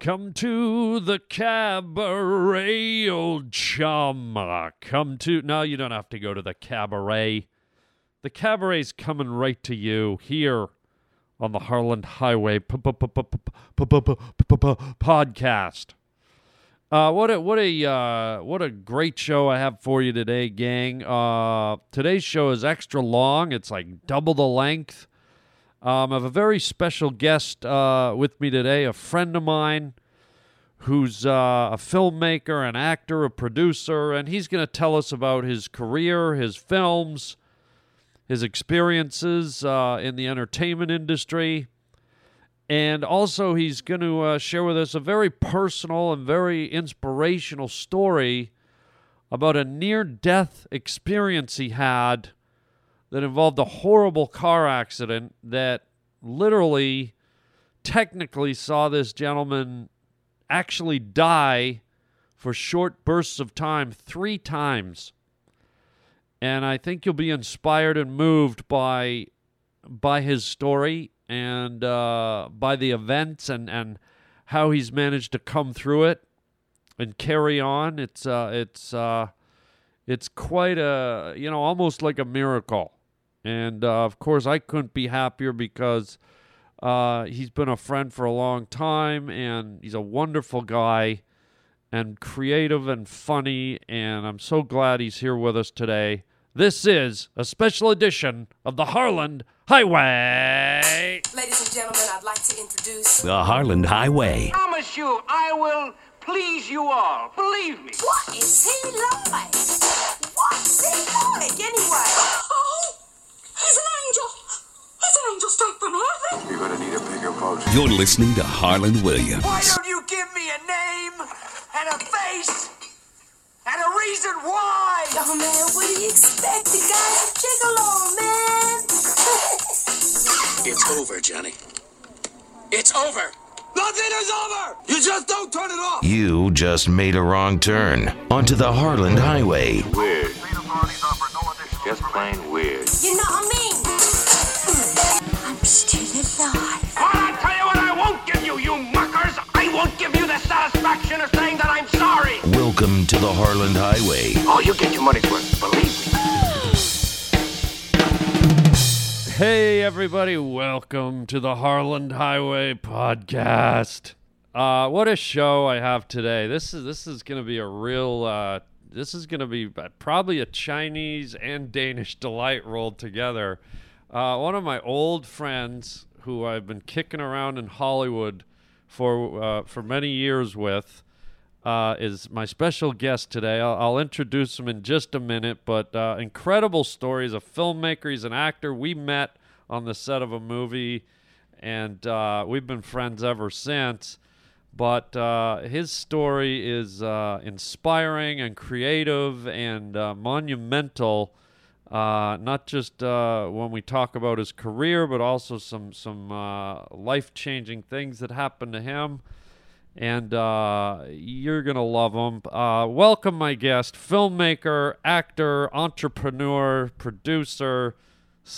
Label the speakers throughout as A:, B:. A: Come to the cabaret, old chum. Uh, Come to. No, you don't have to go to the cabaret. The cabaret's coming right to you here on the Harland Highway p- p- p- p- p- p- p- p- p- p- podcast. Uh, what a what a uh, what a great show I have for you today, gang. Uh, today's show is extra long. It's like double the length. Um, I have a very special guest uh, with me today, a friend of mine who's uh, a filmmaker, an actor, a producer, and he's going to tell us about his career, his films, his experiences uh, in the entertainment industry. And also, he's going to uh, share with us a very personal and very inspirational story about a near death experience he had that involved a horrible car accident that literally, technically, saw this gentleman actually die for short bursts of time three times. And I think you'll be inspired and moved by by his story and uh, by the events and, and how he's managed to come through it and carry on. It's uh, it's uh, it's quite a you know almost like a miracle and uh, of course i couldn't be happier because uh, he's been a friend for a long time and he's a wonderful guy and creative and funny and i'm so glad he's here with us today this is a special edition of the harland highway
B: Ladies and gentlemen, I'd like to introduce.
C: The Harland Highway.
D: promise you I will please you all. Believe me.
B: What is he like? What's he like anyway? Oh, he's an angel. He's an angel straight from heaven.
E: You're gonna need a bigger boat.
C: You're listening to Harlan Williams.
D: Why don't you give me a name and a face and a reason why?
B: Oh man, what do you expect? The guy's a gigolo, man.
F: It's over, Johnny. It's over.
D: Nothing is over! You just don't turn it off!
G: You just made a wrong turn onto the Harland Highway.
E: Weird. Just plain weird.
B: you know what I mean? I'm still alive.
D: Well, I'll tell you what I won't give you, you muckers! I won't give you the satisfaction of saying that I'm sorry!
G: Welcome to the Harland Highway.
D: Oh, you get your money's worth, believe me.
A: Hey, everybody, welcome to the Harland Highway Podcast. Uh, what a show I have today. This is this is going to be a real. Uh, this is going to be uh, probably a Chinese and Danish delight rolled together. Uh, one of my old friends, who I've been kicking around in Hollywood for uh, for many years with, uh, is my special guest today. I'll, I'll introduce him in just a minute, but uh, incredible story. He's a filmmaker, he's an actor. We met on the set of a movie, and uh, we've been friends ever since. But uh, his story is uh, inspiring and creative and uh, monumental. Uh, not just uh, when we talk about his career, but also some some uh, life changing things that happened to him and uh, you're gonna love him. Uh, welcome, my guest, filmmaker, actor, entrepreneur, producer,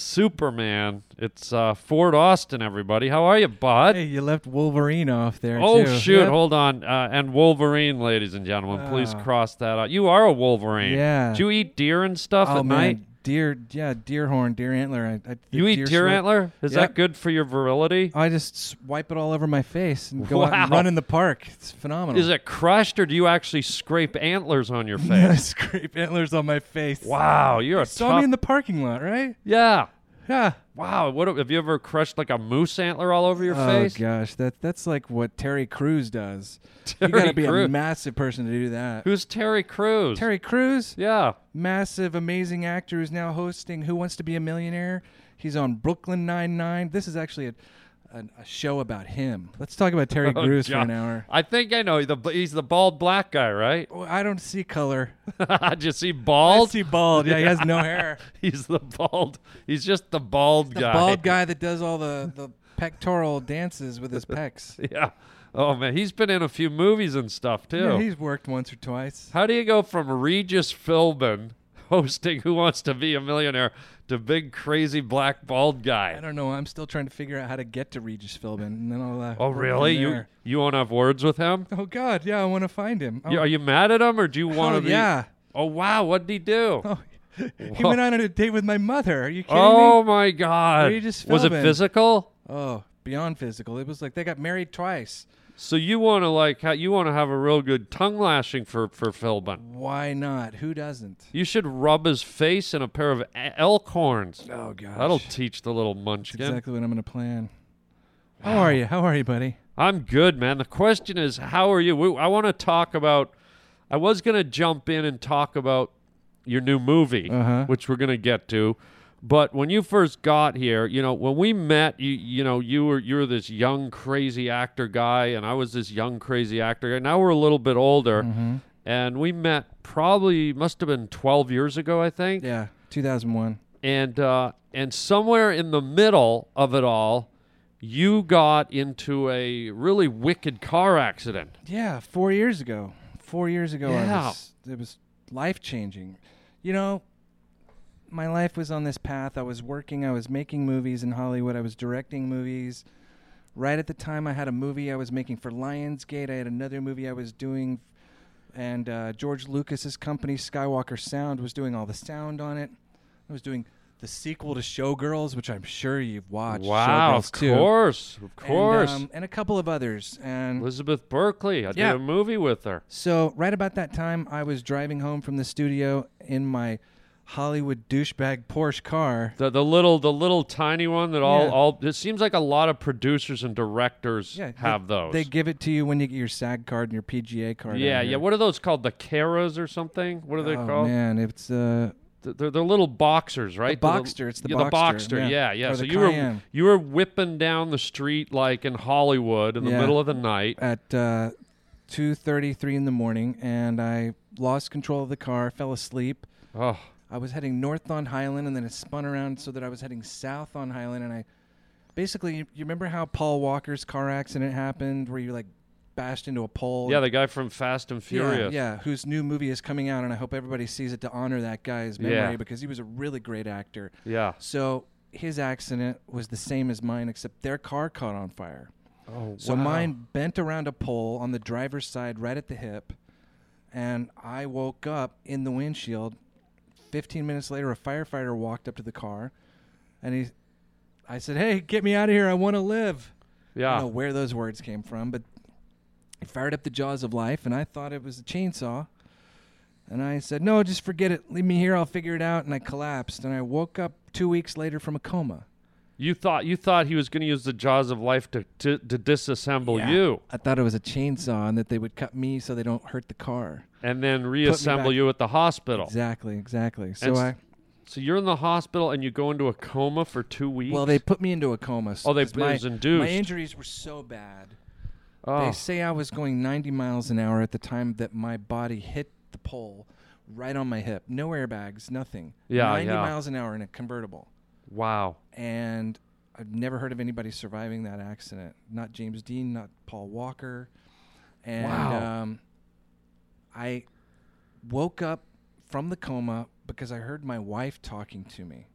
A: Superman. It's uh, Ford Austin, everybody. How are you, bud?
H: Hey, you left Wolverine off there.
A: oh
H: too.
A: shoot!
H: Yep. Ah.
A: Hold on. Uh, and Wolverine, ladies and gentlemen, please cross that out. You are a Wolverine.
H: Yeah.
A: Do you eat deer and stuff
H: Oh
A: at
H: man,
A: night?
H: deer. Yeah, deer horn, deer antler. I, I,
A: You eat deer,
H: swi-
A: antler? Is
H: Yep. Oh.
A: that good for your virility?
H: I just swipe it all over my face and go out and
A: Wow.
H: run in the park. It's phenomenal.
A: Is it crushed, or do you actually scrape antlers on your
H: I
A: face?
H: scrape antlers on my face.
A: wow, you're a
H: Saw
A: tough.
H: me in the parking lot, right?
A: yeah.
H: Yeah.
A: Wow, what have you ever crushed like a moose antler all over your
H: Oh
A: face?
H: gosh, that that's like what Terry Crews does.
A: Terry
H: you gotta be
A: Crews.
H: a massive person to do that.
A: Who's Terry Crews?
H: Terry Crews?
A: Yeah.
H: massive, amazing actor who's now hosting Who Wants to Be a Millionaire. He's on Brooklyn Nine Nine. This is actually a, a, a show about him. Let's talk about Terry
A: Oh,
H: Crews for
A: God.
H: an hour.
A: I think I know. He's the, he's the bald black guy, right?
H: Oh, I don't see color.
A: Did you see
H: I
A: bald?
H: see bald. Yeah, he has no hair.
A: he's the bald. He's just the bald
H: The
A: guy.
H: bald guy that does all the, the pectoral dances with his pecs.
A: Yeah. Oh, man. He's been in a few movies and stuff, too.
H: Yeah, he's worked once or twice.
A: How do you go from Regis Philbin, hosting Who Wants to Be a Millionaire to big crazy black bald
H: I
A: guy.
H: don't know. I'm still trying to figure out how to get to Regis Philbin, and then I'll. Uh,
A: Oh,
H: work from
A: really? You
H: there.
A: you want to have words with him?
H: Oh God, yeah. I want to find him. Oh,
A: You- Are you mad at him, or do you want to
H: oh,
A: be?
H: yeah.
A: Oh wow, what'd he do?
H: Oh, he went on a date with my mother. Are you kidding
A: Oh
H: me?
A: my God!
H: Regis
A: Was it
H: Philbin.
A: physical?
H: Oh, beyond physical. It was like they got married twice.
A: So you want to like ha- you want to have a real good tongue lashing for for Philbin.
H: Why not? Who doesn't?
A: You should rub his face in a pair of a- elk horns.
H: Oh gosh.
A: That'll teach the little munchkin.
H: exactly what I'm gonna plan. How are you? How are you, buddy?
A: I'm good, man. The question is, how are you? We, I want to talk about. I was gonna jump in and talk about your new movie,
H: Uh-huh.
A: which we're gonna get to. But when you first got here, you know, when we met, you you know, you were you were this young crazy actor guy, and I was this young crazy actor guy. Now we're a little bit older, and we met probably must have been 12 years ago, I think
H: Yeah, 2001.
A: and uh, and somewhere in the middle of it all, you got into a really wicked car accident.
H: Yeah, four years ago. Four years ago,
A: Yeah.
H: I was, it was life changing. You know, my life was on this path. I was working, I was making movies in Hollywood, I was directing movies. Right at the time, I had a movie I was making for Lionsgate, I had another movie I was doing, and uh, George Lucas's company, Skywalker Sound, was doing all the sound on it. I was doing the sequel to Showgirls, which I'm sure you've watched. Showgirls
A: of
H: 2,
A: course, of
H: and,
A: course.
H: um, and a couple of others. And
A: Elizabeth Berkley, I
H: Yeah.
A: did a movie with her.
H: so right about that time, I was driving home from the studio in my Hollywood douchebag Porsche car.
A: The, the little the little tiny one that all
H: Yeah.
A: all it seems like a lot of producers and directors have
H: they,
A: those.
H: They give it to you when you get your SAG card and your PGA card.
A: yeah,
H: out here.
A: yeah. What are those called? The Caras or something? What are they
H: Oh
A: called?
H: man, it's uh,
A: Th- They're, they're little boxers, right? The
H: Boxster,
A: little-
H: it's the
A: yeah,
H: Boxster,
A: Yeah,
H: yeah.
A: yeah.
H: Or
A: So
H: the
A: you were
H: Cayenne.
A: you were whipping down the street like in Hollywood in the
H: Yeah.
A: middle of the night.
H: at uh, two thirty-three in the morning, and I lost control of the car, fell asleep.
A: Oh,
H: I was heading north on Highland, and then it spun around so that I was heading south on Highland, and I basically you, you remember how Paul Walker's car accident happened, where you like bashed into a pole.
A: yeah,
H: and-
A: the guy from Fast and
H: Yeah,
A: Furious.
H: Yeah, whose new movie is coming out, and I hope everybody sees it to honor that guy's memory
A: Yeah.
H: because he was a really great actor.
A: Yeah.
H: So his accident was the same as mine, except their car caught on fire.
A: Oh,
H: So
A: wow.
H: mine bent around a pole on the driver's side, right at the hip, and I woke up in the windshield. Fifteen minutes later, a firefighter walked up to the car, and he, I said, "Hey, get me out of here! I want to live." I
A: Yeah.
H: don't know where those words came from, but it fired up the jaws of life, and I thought it was a chainsaw. And I said, No, just forget it. Leave me here. I'll figure it out. And I collapsed. And I woke up two weeks later from a coma.
A: You thought you thought he was going to use the jaws of life to to, to disassemble you
H: I thought it was a chainsaw and that they would cut me so they don't hurt the car.
A: and then reassemble
H: back.
A: you at the hospital.
H: Exactly, exactly. So
A: And
H: I,
A: s- So you're in the hospital and you go into a coma for 2 weeks.
H: well, they put me into a coma. s-
A: Oh, they-
H: 'cause
A: it was
H: my,
A: induced.
H: My injuries were so bad.
A: oh.
H: They say I was going 90 miles an hour at the time that my body hit the pole right on my hip. No airbags, nothing.
A: Yeah,
H: 90
A: yeah.
H: miles an hour in a convertible.
A: wow.
H: And I've never heard of anybody surviving that accident. Not James Dean, not Paul Walker. And
A: Wow.
H: um, I woke up from the coma because I heard my wife talking to me.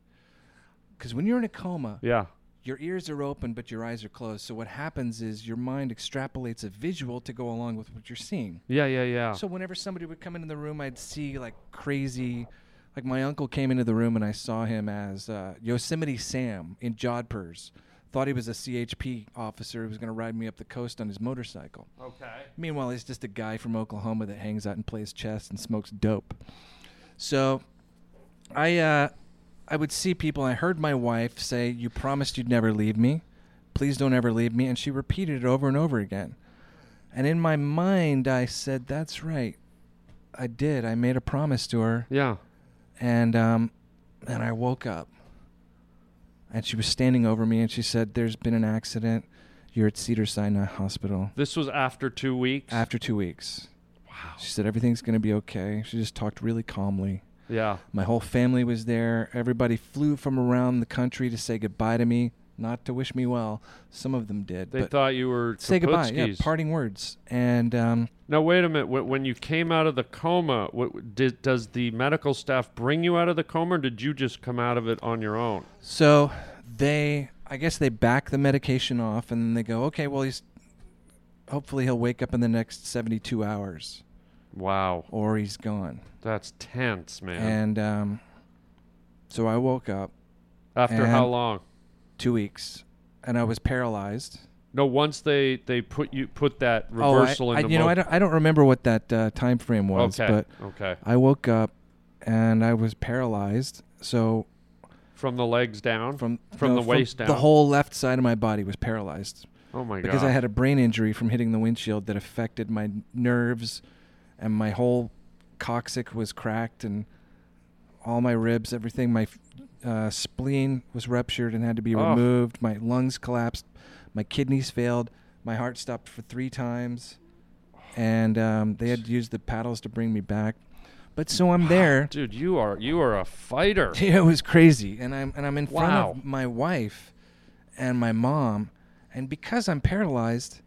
H: Because when you're in a coma,
A: Yeah.
H: your ears are open but your eyes are closed so what happens is your mind extrapolates a visual to go along with what you're seeing
A: Yeah, yeah, yeah.
H: so whenever somebody would come into the room i'd see like crazy like my uncle came into the room and i saw him as uh, yosemite sam in jodhpurs thought he was a chp officer who was going to ride me up the coast on his motorcycle
A: okay.
H: Meanwhile, he's just a guy from Oklahoma that hangs out and plays chess and smokes dope. So, I uh, I would see people. I heard my wife say, "You promised you'd never leave me. Please don't ever leave me." And she repeated it over and over again. And in my mind, I said, "That's right. I did. I made a promise to her."
A: Yeah.
H: And um, and I woke up. And she was standing over me, and she said, "There's been an accident. You're at Cedar Sinai Hospital."
A: This was after 2 weeks.
H: After two weeks. Wow. She said everything's going to be okay. She just talked really calmly.
A: yeah.
H: My whole family was there. Everybody flew from around the country to say goodbye to me. not to wish me well. Some of them did.
A: They
H: but
A: thought you were
H: say goodbye. Yeah,
A: Kaputskis.
H: parting words. And um,
A: Now wait a minute. Wh- When you came out of the coma, what, did, does the medical staff bring you out of the coma, or did you just come out of it on your own?
H: so they, I guess they back the medication off, and then they go, okay, well he's, hopefully he'll wake up in the next 72 hours,
A: Wow,
H: or he's gone.
A: that's tense, man.
H: And um, so I woke up
A: After how
H: and-
A: long?
H: two weeks, and I was paralyzed.
A: No, once they they put you put that
H: Oh, I-
A: reversal
H: I,
A: in the
H: you know,
A: mo-
H: I don't, I don't remember what that uh, time frame was,
A: okay,
H: but
A: okay,
H: I woke up and I was paralyzed. So
A: from the legs down,
H: from
A: from
H: no,
A: the waist down.
H: the whole left side of my body was paralyzed
A: oh my
H: because
A: god,
H: I had a brain injury from hitting the windshield that affected my nerves, and my whole coccyx was cracked, and all my ribs, everything, my uh, spleen was ruptured and had to be
A: Oh.
H: removed. My lungs collapsed, my kidneys failed, my heart stopped for three times, and um, they had to use the paddles to bring me back. But so I'm there.
A: dude, you are you are a fighter.
H: Yeah, it was crazy. And I'm and I'm in front
A: Wow.
H: of my wife and my mom, and because I'm paralyzed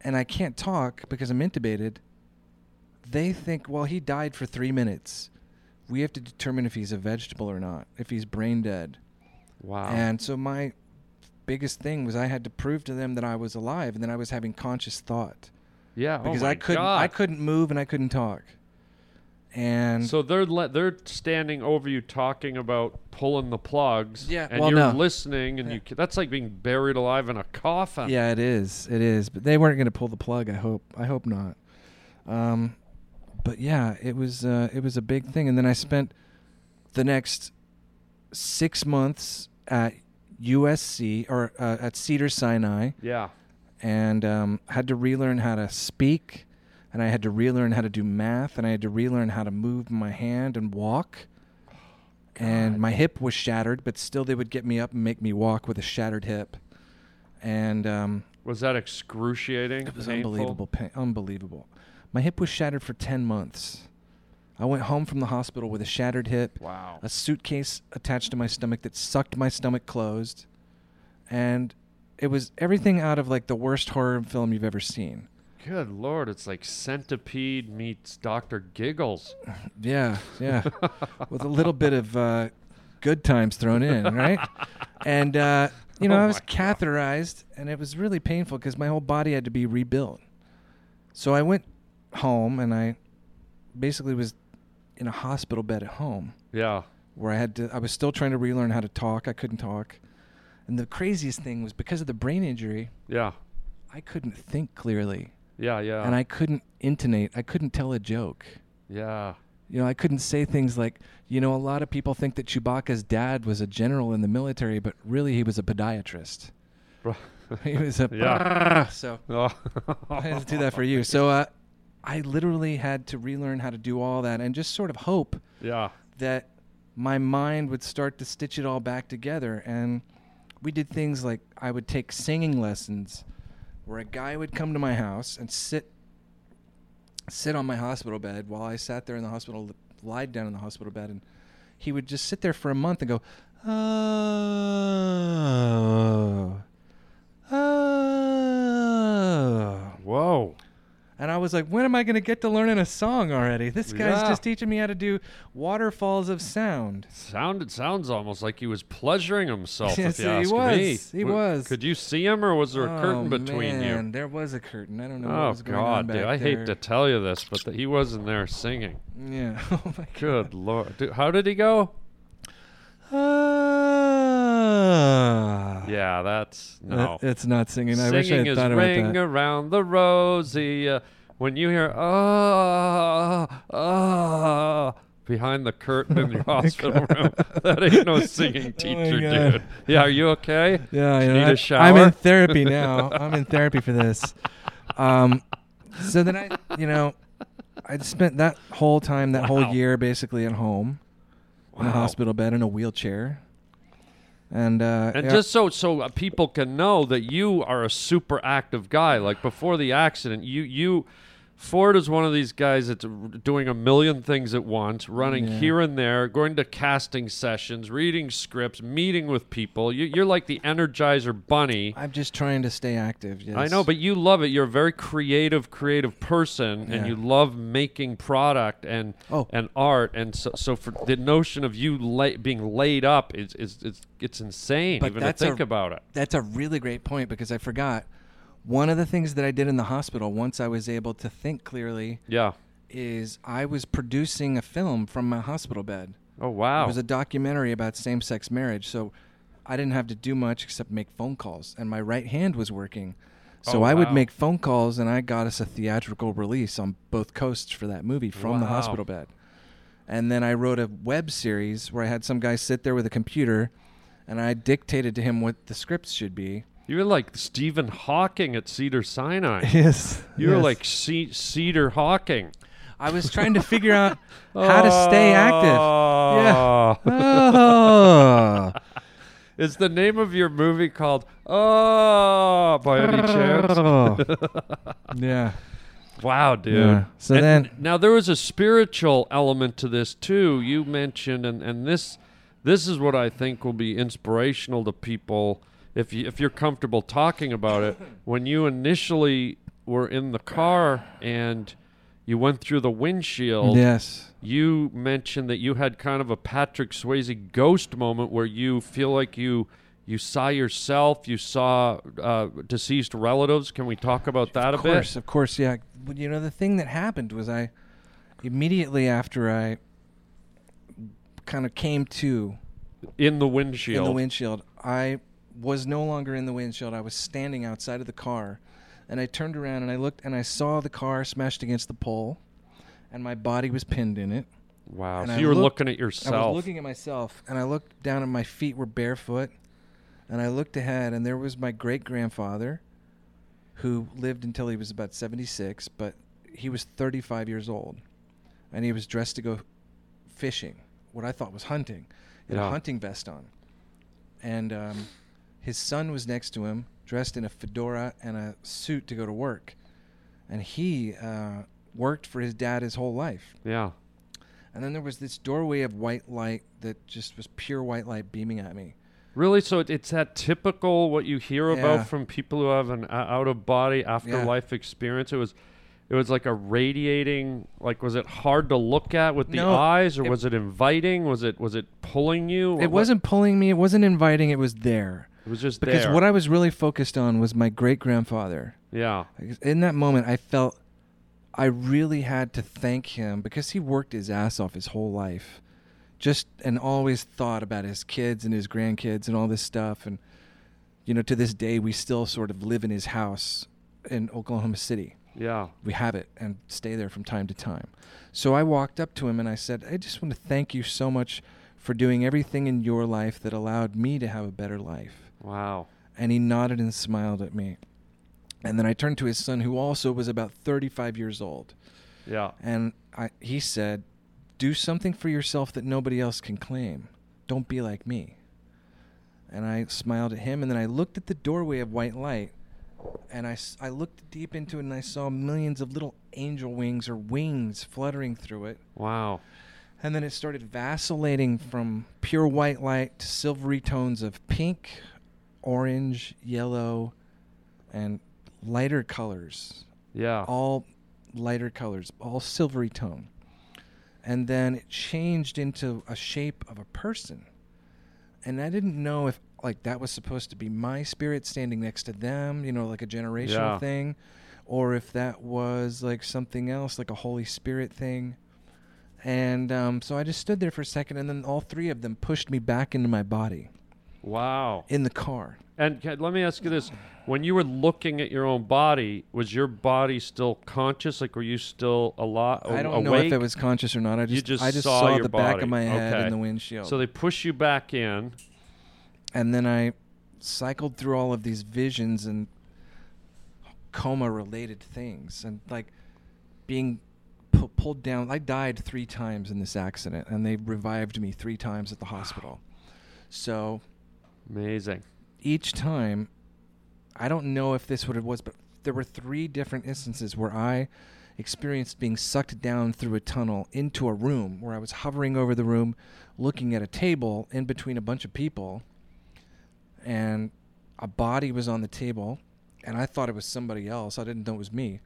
H: and I can't talk because I'm intubated, they think, well, he died for three minutes. We have to determine if he's a vegetable or not, if he's brain dead.
A: Wow,
H: And so my biggest thing was I had to prove to them that I was alive and that I was having conscious thought
A: yeah, oh
H: because
A: my
H: I couldn't
A: God.
H: I couldn't move and I couldn't talk. And
A: So they're le- they're standing over you talking about pulling the plugs.
H: Yeah,
A: and
H: well,
A: you're
H: no.
A: listening, and you ca- that's like being buried alive in a coffin.
H: Yeah, it is. It is. But they weren't going to pull the plug. I hope. I hope not. Um, but yeah, it was. Uh, it was a big thing. And then I spent the next six months at USC or uh, at Cedar Sinai,
A: yeah.
H: and um, had to relearn how to speak, and I had to relearn how to do math, and I had to relearn how to move my hand and walk. And my hip was shattered, but still they would get me up and make me walk with a shattered hip. And um,
A: Was that excruciating?
H: it was
A: Painful?
H: unbelievable. Pain, unbelievable. My hip was shattered for 10 months. I went home from the hospital with a shattered hip,
A: Wow.
H: a suitcase attached to my stomach that sucked my stomach closed. And it was everything out of like the worst horror film you've ever seen.
A: Good lord, it's like centipede meets Doctor Giggles.
H: Yeah, yeah. With a little bit of uh, good times thrown in, right? And, uh, you know,
A: Oh
H: I was
A: my
H: catheterized and it was really painful because my whole body had to be rebuilt. So I went home and I basically was in a hospital bed at home
A: Yeah.
H: where I had to, I was still trying to relearn how to talk. I couldn't talk. And the craziest thing was because of the brain injury,
A: Yeah.
H: I couldn't think clearly
A: Yeah. Yeah.
H: and I couldn't intonate. I couldn't tell a joke.
A: yeah.
H: You know, I couldn't say things like, you know, a lot of people think that Chewbacca's dad was a general in the military, but really he was a podiatrist. he was a
A: Yeah.
H: so
A: Oh.
H: let's do that for you. So uh, I literally had to relearn how to do all that and just sort of hope
A: yeah.
H: that my mind would start to stitch it all back together. And we did things like I would take singing lessons where a guy would come to my house and sit sit on my hospital bed while I sat there in the hospital, lied down in the hospital bed, and he would just sit there for a month and go, oh, oh.
A: Whoa.
H: And I was like, when am I going to get to learning a song already? This guy's
A: Yeah.
H: just teaching me how to do waterfalls of sound.
A: Sound, it sounds almost like he was pleasuring himself.
H: Yes,
A: if you
H: he
A: ask
H: was.
A: me,
H: He
A: W-
H: was. Oh,
A: Could you see him, or was there a curtain between you?
H: man, There was a curtain. I don't know what
A: Oh
H: was going on
A: God,
H: back
A: dude! I hate
H: there.
A: to tell you this, but th- he wasn't there singing.
H: Yeah. Oh my god.
A: Good lord, dude, how did he go?
H: Ah.
A: Yeah, that's no.
H: That- Uh, It's not singing. I wish I
A: singing
H: had
A: is
H: thought about
A: ring
H: that.
A: around the rosy. Uh, when you hear ah ah behind the curtain
H: Oh
A: in the hospital room, that ain't no singing teacher,
H: God.
A: dude. Yeah, are you okay?
H: Yeah,
A: you
H: you know,
A: need
H: I,
A: a shower.
H: I'm in therapy now. I'm in therapy for this. Um, so then I, you know, I spent that whole time, that whole year, basically at home, in a hospital bed, in a wheelchair, and uh,
A: And
H: yeah,
A: just so so uh, people can know that you are a super active guy. Like before the accident, you you Ford is one of these guys that's doing a million things at once, running here and there, going to casting sessions, reading scripts, meeting with people. You, you're like the Energizer Bunny.
H: I'm just trying to stay active. Yes.
A: I know, but you love it. You're a very creative, creative person, and
H: Yeah.
A: you love making product and
H: Oh.
A: and art. And so, so for the notion of you la- being laid up is is it's, it's insane.
H: But
A: even
H: that's
A: to think
H: a-
A: about it.
H: That's a really great point because I forgot. One of the things that I did in the hospital once I was able to think clearly
A: Yeah.
H: is I was producing a film from my hospital bed.
A: Oh wow.
H: It was a documentary about same sex marriage. So I didn't have to do much except make phone calls, and my right hand was working. So
A: Oh,
H: I would
A: wow.
H: make phone calls, and I got us a theatrical release on both coasts for that movie from the
A: Wow.
H: hospital bed. And then I wrote a web series where I had some guy sit there with a computer, and I dictated to him what the scripts should be.
A: you were like Stephen Hawking at Cedar Sinai.
H: Yes.
A: You were like Ce- Cedar Hawking.
H: I was trying to figure out how to stay active.
A: Oh.
H: Oh.
A: Is the name of your movie called Oh by any chance?
H: yeah.
A: Wow, dude.
H: Yeah. So
A: And
H: then-
A: now there was a spiritual element to this too. You mentioned and and this this is what I think will be inspirational to people if you if you're comfortable talking about it. When you initially were in the car and you went through the windshield,
H: Yes.
A: you mentioned that you had kind of a Patrick Swayze ghost moment where you feel like you you saw yourself, you saw uh, deceased relatives. Can we talk about that a
H: Of course,
A: bit?
H: of course, yeah. But, you know, the thing that happened was I immediately after I kind of came to
A: In the windshield.
H: in the windshield, I was no longer in the windshield. I was standing outside of the car, and I turned around and I looked and I saw the car smashed against the pole, and my body was pinned in it.
A: Wow.
H: And
A: so
H: I
A: you were
H: looked-
A: looking at
H: I was
A: yourself.
H: looking at myself, and I looked down, and my feet were barefoot. And I looked ahead, and there was my great grandfather, who lived until he was about 76, but he was 35 years old. And he was dressed to go fishing, what I thought was hunting. He had
A: Yeah.
H: a hunting vest on. And um, his son was next to him, dressed in a fedora and a suit to go to work. And he uh, worked for his dad his whole life.
A: yeah.
H: And then there was this doorway of white light that just was pure white light beaming at me.
A: Really? So it, it's that typical what you hear
H: Yeah.
A: about from people who have an uh, out of body afterlife experience. It was. It was like a radiating, like was it hard to look at with the
H: No,
A: eyes, or was it inviting? Was it was it pulling you? What-
H: It wasn't pulling me, it wasn't inviting, it was there.
A: It was just
H: Because
A: there.
H: what I was really focused on was my great grandfather.
A: yeah,
H: In that moment, I felt I really had to thank him because he worked his ass off his whole life, just and always thought about his kids and his grandkids and all this stuff. And, you know, to this day, we still sort of live in his house in Oklahoma City.
A: yeah.
H: we have it and stay there from time to time. So I walked up to him and I said, I just want to thank you so much for doing everything in your life that allowed me to have a better life.
A: Wow.
H: And he nodded and smiled at me. And then I turned to his son, who also was about 35 years old.
A: Yeah.
H: And I, he said, Do something for yourself that nobody else can claim. Don't be like me. And I smiled at him, and then I looked at the doorway of white light, and I, s- I looked deep into it, and I saw millions of little angel wings or wings fluttering through it.
A: Wow.
H: And then it started vacillating from pure white light to silvery tones of pink, orange, yellow, and lighter colors
A: Yeah.
H: all lighter colors, all silvery tone. And then it changed into a shape of a person. And I didn't know if like that was supposed to be my spirit standing next to them, you know, like a generational
A: Yeah.
H: thing, or if that was like something else, like a Holy Spirit thing. And um, so I just stood there for a second, and then all three of them pushed me back into my body
A: wow.
H: in the car.
A: And ca- let me ask you this: When you were looking at your own body, was your body still conscious? Like, were you still a lot
H: I don't
A: awake?
H: know if that was conscious or not. I just,
A: You just,
H: I just
A: saw,
H: saw,
A: your
H: the back
A: body.
H: of my head
A: okay.
H: in the windshield.
A: So they push you back in.
H: and then I cycled through all of these visions and coma related things and like being pu- pulled down I died 3 times in this accident and they revived me 3 times at the hospital so
A: Amazing.
H: each time I don't know if this what it was but there were three different instances where I experienced being sucked down through a tunnel into a room where I was hovering over the room, looking at a table in between a bunch of people, and a body was on the table, and I thought it was somebody else. I didn't know it was me.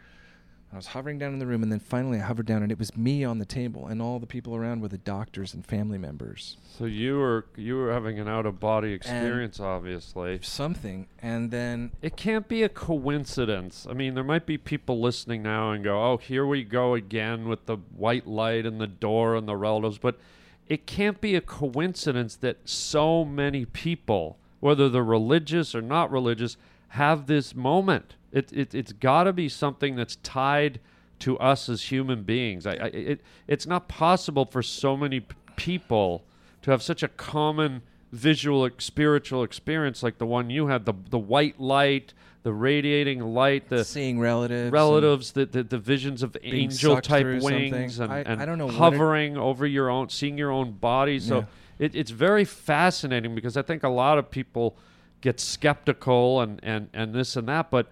H: I was hovering down in the room, and then finally I hovered down, and it was me on the table, and all the people around were the doctors and family members.
A: So you were you were having an out of body experience, obviously.
H: Something, and then
A: It can't be a coincidence. I mean, there might be people listening now and go, "Oh, here we go again with the white light and the door and the relatives," but it can't be a coincidence that so many people, whether they're religious or not religious, have this moment. It, it it's got to be something that's tied to us as human beings. I, I it it's not possible for so many p- people to have such a common visual ex- spiritual experience like the one you had the the white light, the radiating light, the
H: seeing relatives, and-
A: relatives, the, the the visions of angel
H: sucked
A: type
H: through something.
A: wings and,
H: I-
A: and
H: I don't know what it-
A: hovering over your own, seeing your own body. So it, it's very fascinating because I think a lot of people get skeptical and, and, and this and that. But,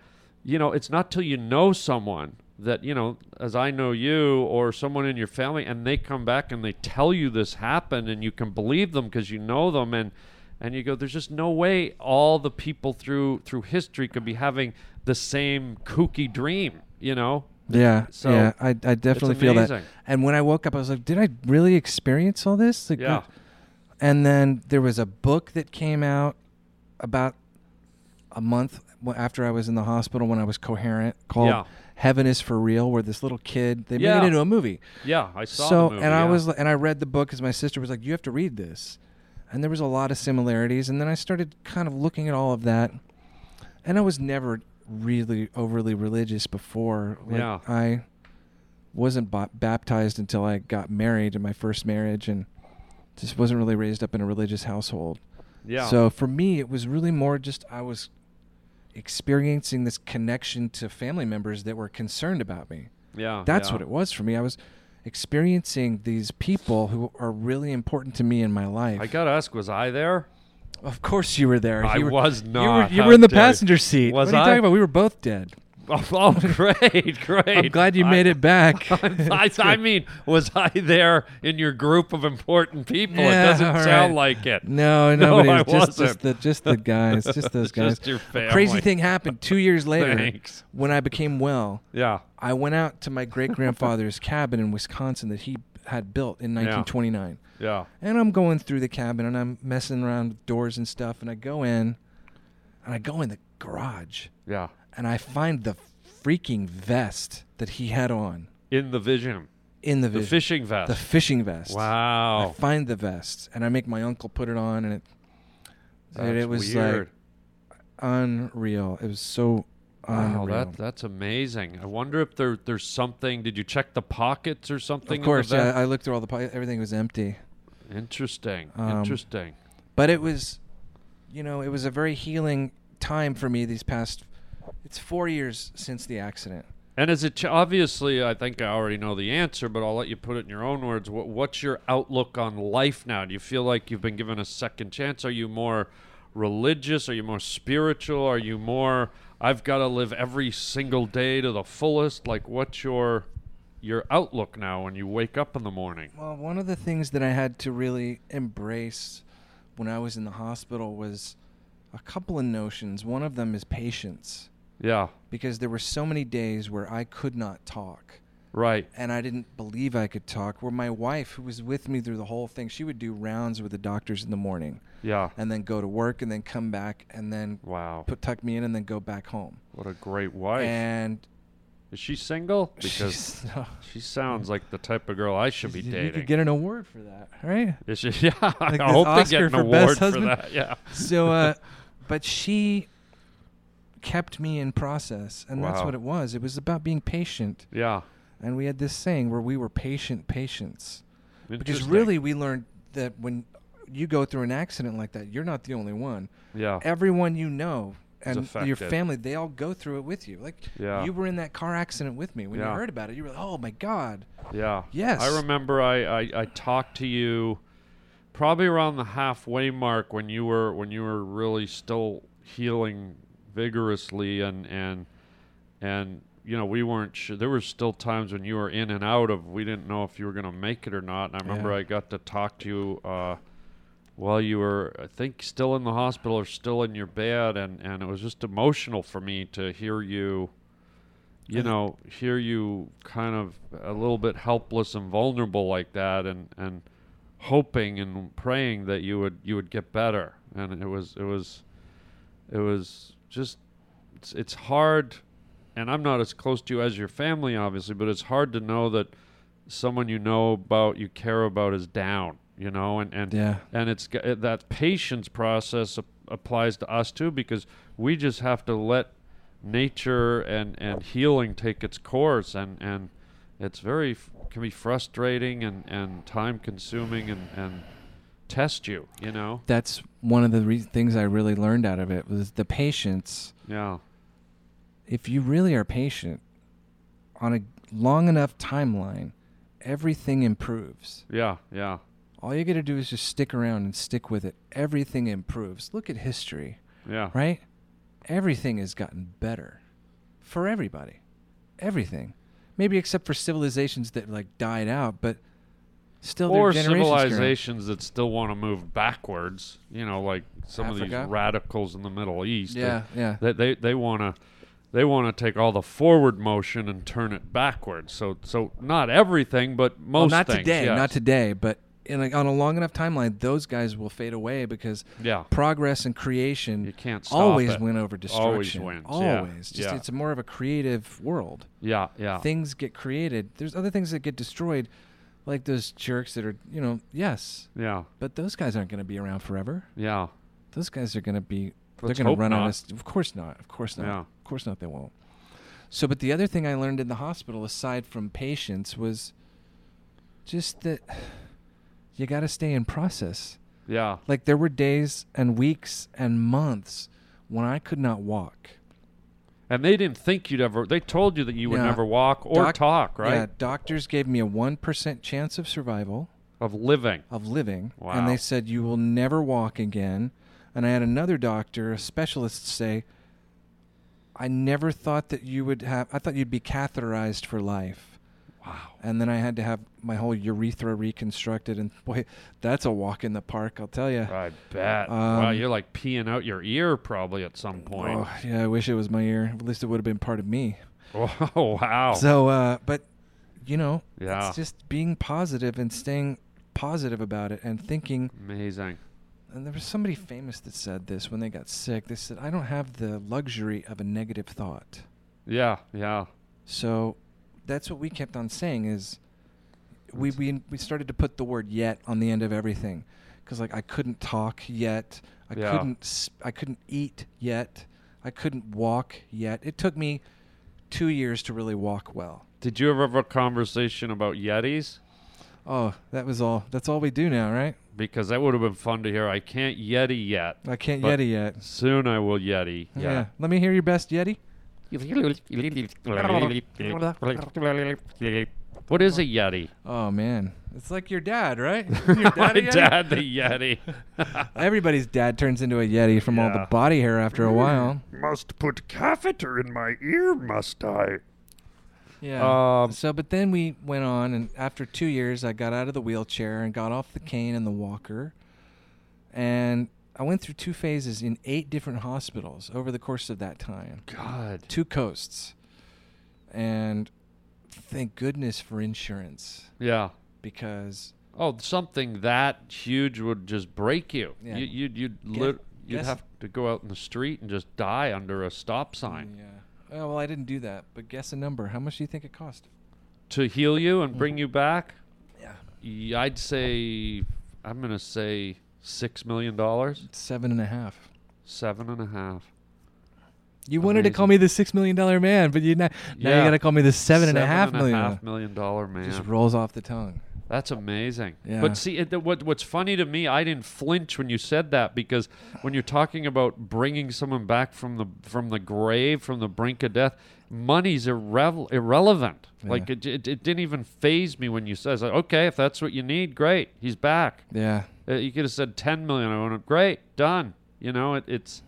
A: you know, it's not till you know someone that, you know, as I know you or someone in your family, and they come back and they tell you this happened and you can believe them because you know them. And, and you go, there's just no way all the people through through history could be having the same kooky dream, you know?
H: Yeah,
A: So,
H: yeah, I, I definitely feel that.
A: amazing.
H: And when I woke up, I was like, "Did I really experience all this?" Like,
A: Yeah.
H: And then there was a book that came out about a month w- after I was in the hospital when I was coherent called
A: Yeah.
H: "Heaven Is for Real," where this little kid they made
A: Yeah.
H: it into a movie.
A: Yeah, I saw.
H: so
A: the
H: and I
A: movie,
H: was
A: yeah.
H: li- and I read the book because my sister was like, "You have to read this," and there was a lot of similarities. And then I started kind of looking at all of that, and I was never really overly religious before. Like,
A: Yeah.
H: I wasn't ba- baptized until I got married in my first marriage, and just wasn't really raised up in a religious household.
A: yeah.
H: So for me, it was really more just I was experiencing this connection to family members that were concerned about me.
A: yeah,
H: That's
A: yeah.
H: what it was for me. I was experiencing these people who are really important to me in my life.
A: I gotta ask, was I there?
H: of course, you were there.
A: I
H: you were,
A: was
H: You
A: not.
H: were, you
A: How
H: were in the
A: dare you.
H: passenger seat.
A: Was
H: what are you
A: I?
H: talking about? We were both dead.
A: Oh, oh, great, great.
H: I'm glad you made it back.
A: I, I mean, was I there in your group of important people?
H: Yeah,
A: it doesn't
H: all right.
A: sound like it.
H: No,
A: No,
H: nobody.
A: I
H: just, just
A: wasn't.
H: the just the guys, just those guys.
A: Just your
H: A crazy
A: family.
H: thing happened two years later
A: Thanks.
H: when I became well.
A: Yeah,
H: I went out to my great grandfather's cabin in Wisconsin that he had built in 1929.
A: yeah.
H: And I'm going through the cabin and I'm messing around with doors and stuff. And I go in and I go in the garage
A: Yeah.
H: and I find the freaking vest that he had on
A: In the vision,
H: in the
A: the
H: vision.
A: fishing vest.
H: The fishing vest. I
A: wow.
H: find the vest and I make my uncle put it on and it, and
A: That's
H: it was
A: weird.
H: like unreal. It was so unreal.
A: Wow, that that's amazing. I wonder if there there's something. Did you check the pockets or something? in
H: of
A: the
H: course, yeah,
A: vest?
H: I looked through all the, pi- everything was empty.
A: Interesting.
H: Um,
A: interesting.
H: but it was you know it was a very healing time for me these past it's four years since the accident
A: And as a ch- obviously, I think I already know the answer, but I'll let you put it in your own words. What, what's your outlook on life now? Do you feel like you've been given a second chance? Are you more religious? Are you more spiritual? Are you more I've got to live every single day to the fullest? Like, what's your your outlook now when you wake up in the morning?
H: well one of the things that i had to really embrace when i was in the hospital was a couple of notions one of them is patience
A: Yeah,
H: because there were so many days where i could not talk
A: right.
H: and I didn't believe I could talk. Where my wife, who was with me through the whole thing, she would do rounds with the doctors in the morning,
A: Yeah.
H: and then go to work, and then come back, and then
A: Wow.
H: put tuck me in, and then go back home.
A: What a great wife.
H: And
A: Is she single? Because
H: she's- no.
A: she sounds like the type of girl I should be
H: you
A: dating.
H: could get an award for that, right?
A: Is she- yeah,
H: Like
A: I
H: this
A: hope they
H: Oscar
A: get an
H: for
A: award
H: best husband?
A: for that. Yeah.
H: So, uh, but she kept me in process, and that's
A: Wow.
H: what it was. It was about being patient,
A: Yeah.
H: and we had this saying where we were patient patients, because
A: Interesting.
H: really we learned that when you go through an accident like that, you're not the only one.
A: Yeah.
H: Everyone you know and your
A: affected.
H: family, they all go through it with you. Like
A: Yeah.
H: you were in that car accident with me. When you
A: Yeah.
H: heard about it, you were like, "Oh my god!"
A: Yeah.
H: Yes.
A: I remember I, I, I talked to you probably around the halfway mark when you were when you were really still healing vigorously and and and you know we weren't sure. There were still times when you were in and out of. We didn't know if you were going to make it or not. And I remember I got to talk to you uh, while you were, I think, still in the hospital or still in your bed, and and it was just emotional for me to hear you. You know, hear you kind of a little bit helpless and vulnerable like that, and and hoping and praying that you would you would get better, and it was it was it was just it's, it's hard and i'm not as close to you as your family obviously but it's hard to know that someone you know about you care about is down you know and and
H: Yeah.
A: and it's g- it, that patience process ap- applies to us too because we just have to let nature and and healing take its course and and it's very f- can be frustrating and and time consuming and and test you you know
H: That's one of the re- things I really learned out of it was the patience.
A: yeah
H: If you really are patient on a long enough timeline, everything improves.
A: yeah yeah
H: All you got to do is just stick around and stick with it. Everything improves. Look at history,
A: yeah
H: right? Everything has gotten better for everybody. Everything. Maybe except for civilizations that like died out, but still
A: or
H: their generations grow.
A: civilizations that still want to move backwards. You know, like some of
H: Africa?
A: these radicals in the Middle East.
H: Yeah,
A: They-
H: yeah.
A: They they they want to they want to take all the forward motion and turn it backwards. So so not everything, but
H: Well,
A: most.
H: not
A: things,
H: today,
A: yes.
H: not today, but in a, on a long enough timeline, those guys will fade away because
A: Yeah.
H: progress and creation
A: You can't stop
H: always
A: it.
H: win over
A: Always
H: destruction.
A: wins, yeah,
H: Always. Just
A: yeah.
H: it's more of a creative world.
A: Yeah, yeah,
H: Things get created. There's other things that get destroyed, like those jerks that are, you know, yes,
A: yeah,
H: but those guys aren't going to be around forever.
A: yeah.
H: Those guys are going to be.
A: Let's
H: they're going
A: hope
H: to run out
A: not.
H: of. st- Of course not. Of course not.
A: Yeah.
H: Of course not. They won't. So, but the other thing I learned in the hospital, aside from patience, was just that you got to stay in process.
A: Yeah,
H: Like there were days and weeks and months when I could not walk
A: and they didn't think you'd ever. They told you that you would
H: Yeah.
A: never walk or
H: Doc-
A: talk, right?
H: Yeah, doctors gave me a one percent chance of survival.
A: Of living.
H: of living.
A: Wow.
H: And they said, You will never walk again. And I had another doctor, a specialist, say, I never thought that you would have, I thought you'd be catheterized for life. Wow. And then I had to have my whole urethra reconstructed. And boy, that's a walk in the park, I'll tell you.
A: I bet.
H: Um,
A: wow, you're like peeing out your ear probably at some point.
H: Oh, yeah, I wish it was my ear. At least it would have been part of me.
A: Oh, wow.
H: So, uh, but you know,
A: Yeah.
H: it's just being positive and staying positive about it and thinking
A: Amazing.
H: And there was somebody famous that said this when they got sick. They said, I don't have the luxury of a negative thought.
A: Yeah, yeah.
H: So that's what we kept on saying is we, we, we started to put the word yet on the end of everything. Because like I couldn't talk yet. I
A: Yeah.
H: couldn't s- I couldn't eat yet. I couldn't walk yet. It took me two years to really walk well.
A: Did you ever have a conversation about Yetis?
H: Oh, that was all. That's all we do now, right?
A: Because that would have been fun to hear. I can't Yeti yet.
H: I can't
A: But-
H: Yeti yet.
A: Soon I will Yeti. Yeah.
H: Let me hear your best Yeti.
A: What is a Yeti?
H: Oh man, it's like your dad, right?
A: My
H: a Yeti?
A: dad, the Yeti.
H: Everybody's dad turns into a yeti from all the
A: Yeah.
H: body hair after a while.
A: Must put catheter in my ear, must I?
H: Yeah.
A: Um,
H: so, but then we went on, and after two years, I got out of the wheelchair and got off the cane and the walker, and I went through two phases in eight different hospitals over the course of that time.
A: God.
H: Two coasts, and thank goodness for insurance
A: Yeah.
H: because
A: Oh, something that huge would just break you.
H: Yeah.
A: You, you'd you'd, lit- you'd
H: guess-
A: have to go out in the street and just die under a stop sign.
H: yeah. Oh, well, I didn't do that, but guess a number. How much do you think it cost?
A: to heal you and
H: Mm-hmm.
A: bring you back, yeah, I'd say I'm gonna say six million dollars,
H: Seven and a half.
A: seven and a half.
H: You wanted to call me the six million dollar man, but you now, now
A: Yeah.
H: you got to call me the seven and a half
A: Seven and
H: million.
A: a half million dollar man.
H: Just rolls off the tongue.
A: That's amazing.
H: Yeah.
A: But see, it, what what's funny to me, I didn't flinch when you said that because when you're talking about bringing someone back from the from the grave, from the brink of death, money's irrevel- irrelevant. Like it, it, it didn't even phase me when you said, it's like, "Okay, if that's what you need, great, he's back."
H: Yeah,
A: Uh, you could have said 10 million. I want it. Great, done. You know, it, it's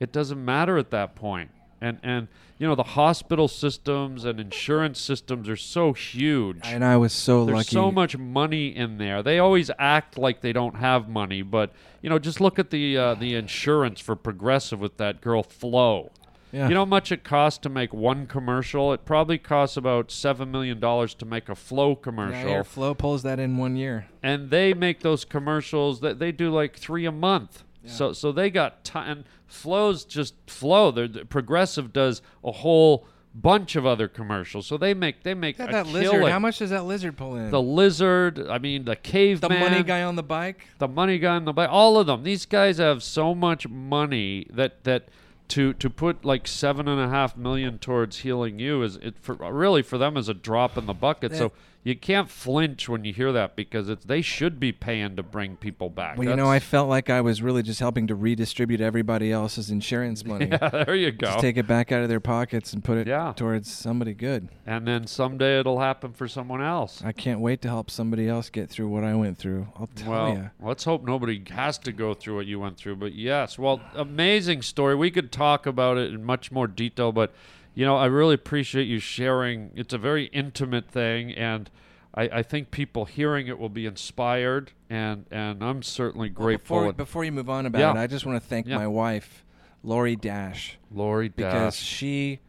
A: it doesn't matter at that point. and and you know the hospital systems and insurance systems are so huge.
H: And I was so
A: There's
H: lucky.
A: so much money in there. They always act like they don't have money, but you know, just look at the uh, the insurance for Progressive with that girl Flo.
H: Yeah.
A: You know how much it costs to make one commercial? It probably costs about seven million dollars to make a Flo
H: Yeah,
A: commercial,
H: Airflow pulls that in one year.
A: and they make those commercials that they do like three a month. So so they got ti and Flo's just Flo. They're, the- Progressive does a whole bunch of other commercials, so they make they make
H: Got
A: a
H: that lizard.
A: killing.
H: How much does that lizard pull in?
A: The lizard, I mean, the
H: the
A: caveman,
H: money guy on the bike.
A: the money guy on the bike, all of them. These guys have so much money that that to to put like seven and a half million towards healing you is it for, really for them is a drop in the bucket. so you can't flinch when you hear that because it's they should be paying to bring people back.
H: Well, you know, I
A: That's-
H: felt like I was really just helping to redistribute everybody else's insurance money.
A: there you go.
H: Just take it back out of their pockets and put it
A: Yeah.
H: towards somebody good.
A: and then someday it'll happen for someone else.
H: I can't wait to help somebody else get through what I went through. I'll tell
A: Well,
H: you.
A: let's hope nobody has to go through what you went through. But yes, well, amazing story. We could talk about it in much more detail, but you know, I really appreciate you sharing. It's a very intimate thing, and I, I think people hearing it will be inspired. And and I'm certainly grateful.
H: Before,
A: and-
H: before you move on about
A: Yeah.
H: it, I just want to thank
A: Yeah.
H: my wife, Lori Dash,
A: Lori Dash.
H: because she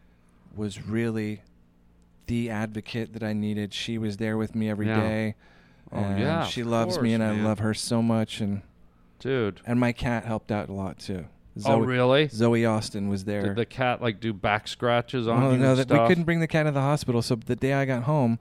H: was really the advocate that I needed. She was there with me every
A: Yeah.
H: day.
A: Oh,
H: and
A: yeah,
H: She
A: of
H: loves me,
A: course,
H: and
A: man.
H: I love her so much. And
A: dude.
H: and my cat helped out a lot too.
A: Oh, really?
H: Zoe Austin was there.
A: Did the cat like do back scratches on
H: Oh
A: you?
H: no,
A: and
H: that we
A: stuff?
H: couldn't bring the cat to the hospital. So the day I got home,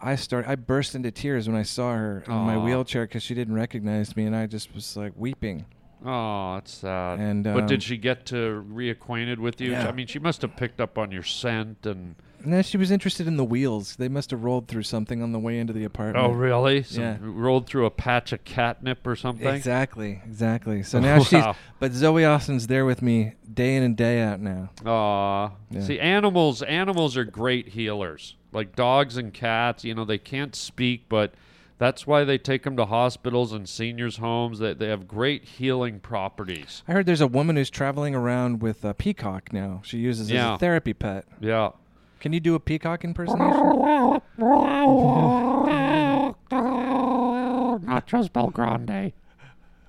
H: I start I burst into tears when I saw her in my
A: Aw.
H: wheelchair because she didn't recognize me, and I just was like weeping.
A: Oh, it's sad.
H: And,
A: but
H: um,
A: did she get to reacquainted with you?
H: Yeah.
A: I mean, she must have picked up on your scent and.
H: And then she was interested in the wheels. They must have rolled through something on the way into the apartment.
A: Oh, really? Some,
H: Yeah.
A: Rolled through a patch of catnip or something?
H: Exactly, exactly. So now she's
A: Wow.
H: but Zoe Austin's there with me day in and day out now.
A: Aw. See, animals animals are great healers. Like dogs and cats, you know, they can't speak, but that's why they take them to hospitals and seniors' homes. They, they have great healing properties.
H: I heard there's a woman who's traveling around with a peacock now. She uses as
A: Yeah.
H: a therapy pet.
A: Yeah.
H: Can you do a peacock
A: Oh,
H: impersonation?
A: Nachos Belgrande.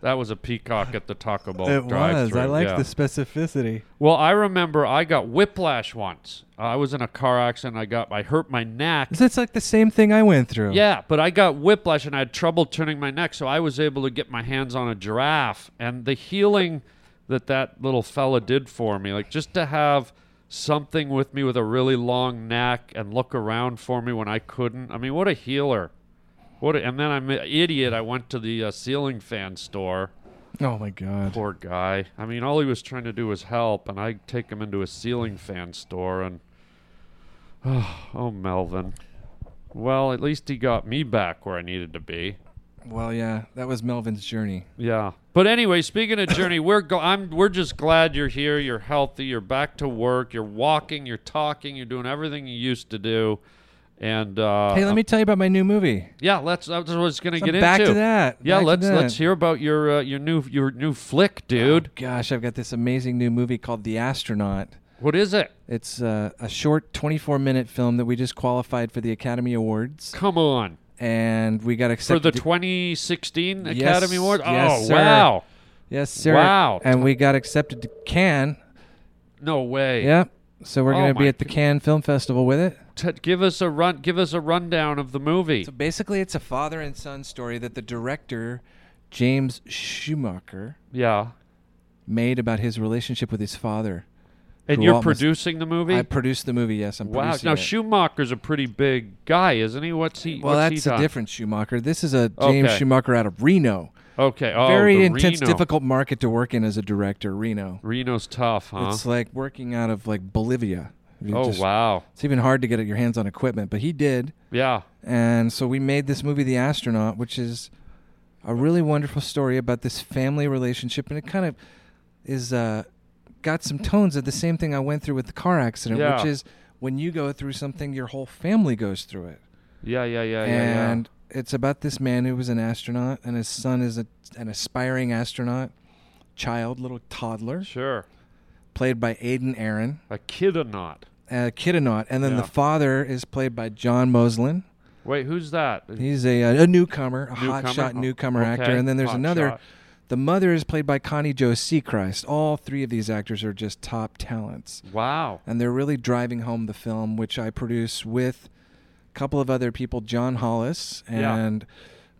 A: That was a peacock at the Taco Bell
H: it was.
A: drive-thru,
H: I like
A: yeah.
H: the specificity.
A: Well, I remember I got whiplash once. I was in a car accident. I got I hurt my neck.
H: That's like the same thing I went through.
A: Yeah, but I got whiplash and I had trouble turning my neck, so I was able to get my hands on a giraffe. And the healing that that little fella did for me, like just to have something with me with a really long neck and look around for me when I couldn't. I mean, what a healer! What? A, and then I'm an idiot. I went to the uh, ceiling fan store.
H: Oh my god.
A: Poor guy. I mean, all he was trying to do was help, and I take him into a ceiling fan store, and oh, Melvin. Well, at least he got me back where I needed to be.
H: Well, yeah, that was Melvin's journey.
A: Yeah. But anyway, speaking of journey, we're go- I'm we're just glad you're here. You're healthy. You're back to work. You're walking. You're talking. You're doing everything you used to do. And uh,
H: Hey, let me tell you about my new movie.
A: yeah, let's. That's what I was gonna get into.
H: back to that.
A: Yeah,
H: Back to
A: let's
H: that.
A: let's hear about your uh, your new your new flick, dude.
H: Gosh, I've got this amazing new movie called The Astronaut.
A: What is it?
H: It's uh, a short 24 minute film that we just qualified for the Academy Awards.
A: Come on.
H: And we got
A: for
H: accepted.
A: the 2016
H: Yes,
A: Academy Awards.
H: yes,
A: oh
H: sir.
A: wow!
H: yes, sir.
A: Wow.
H: And we got accepted to Cannes.
A: No way.
H: Yep. So we're
A: Oh
H: going to
A: my
H: be at the
A: goodness.
H: Cannes Film Festival with it.
A: T- give us a run. Give us a rundown of the movie.
H: So basically, it's a father and son story that the director, James Schumacher,
A: yeah.
H: made about his relationship with his father.
A: And
H: who
A: you're
H: all must-
A: producing the movie.
H: I produced the movie. Yes, I'm
A: wow.
H: producing
A: Now
H: it.
A: Schumacher's a pretty big guy, isn't he? What's he?
H: well,
A: what's
H: that's
A: he
H: a
A: done?
H: different Schumacher. This is a James
A: Okay.
H: Schumacher out of Reno.
A: Okay. Oh,
H: Very
A: the
H: intense,
A: Reno.
H: difficult market to work in as a director. Reno.
A: Reno's tough, huh?
H: It's like working out of like Bolivia. You
A: oh
H: just-
A: wow.
H: It's even hard to get your hands on equipment, but he did.
A: Yeah.
H: And so we made this movie, The Astronaut, which is a really wonderful story about this family relationship, and it kind of is uh, got some tones of the same thing I went through with the car accident,
A: Yeah.
H: which is when you go through something, your whole family goes through it.
A: Yeah. Yeah. Yeah. yeah,
H: and it's about this man who was an astronaut, and his son is a, an aspiring astronaut child, little toddler,
A: yeah. Sure.
H: played by Aiden Aaron,
A: A kid or not?
H: uh, Kiddanaut, and then
A: Yeah.
H: the father is played by John Moslin.
A: Wait, who's that?
H: He's a, uh, a newcomer, a
A: Newcomer?
H: hotshot
A: Oh,
H: newcomer
A: okay.
H: actor. And then there's
A: Hot
H: another.
A: shot.
H: The mother is played by Connie Joe Seacrest. All three of these actors are just top talents.
A: Wow.
H: And they're really driving home the film, which I produce with a couple of other people, John Hollis
A: Yeah.
H: and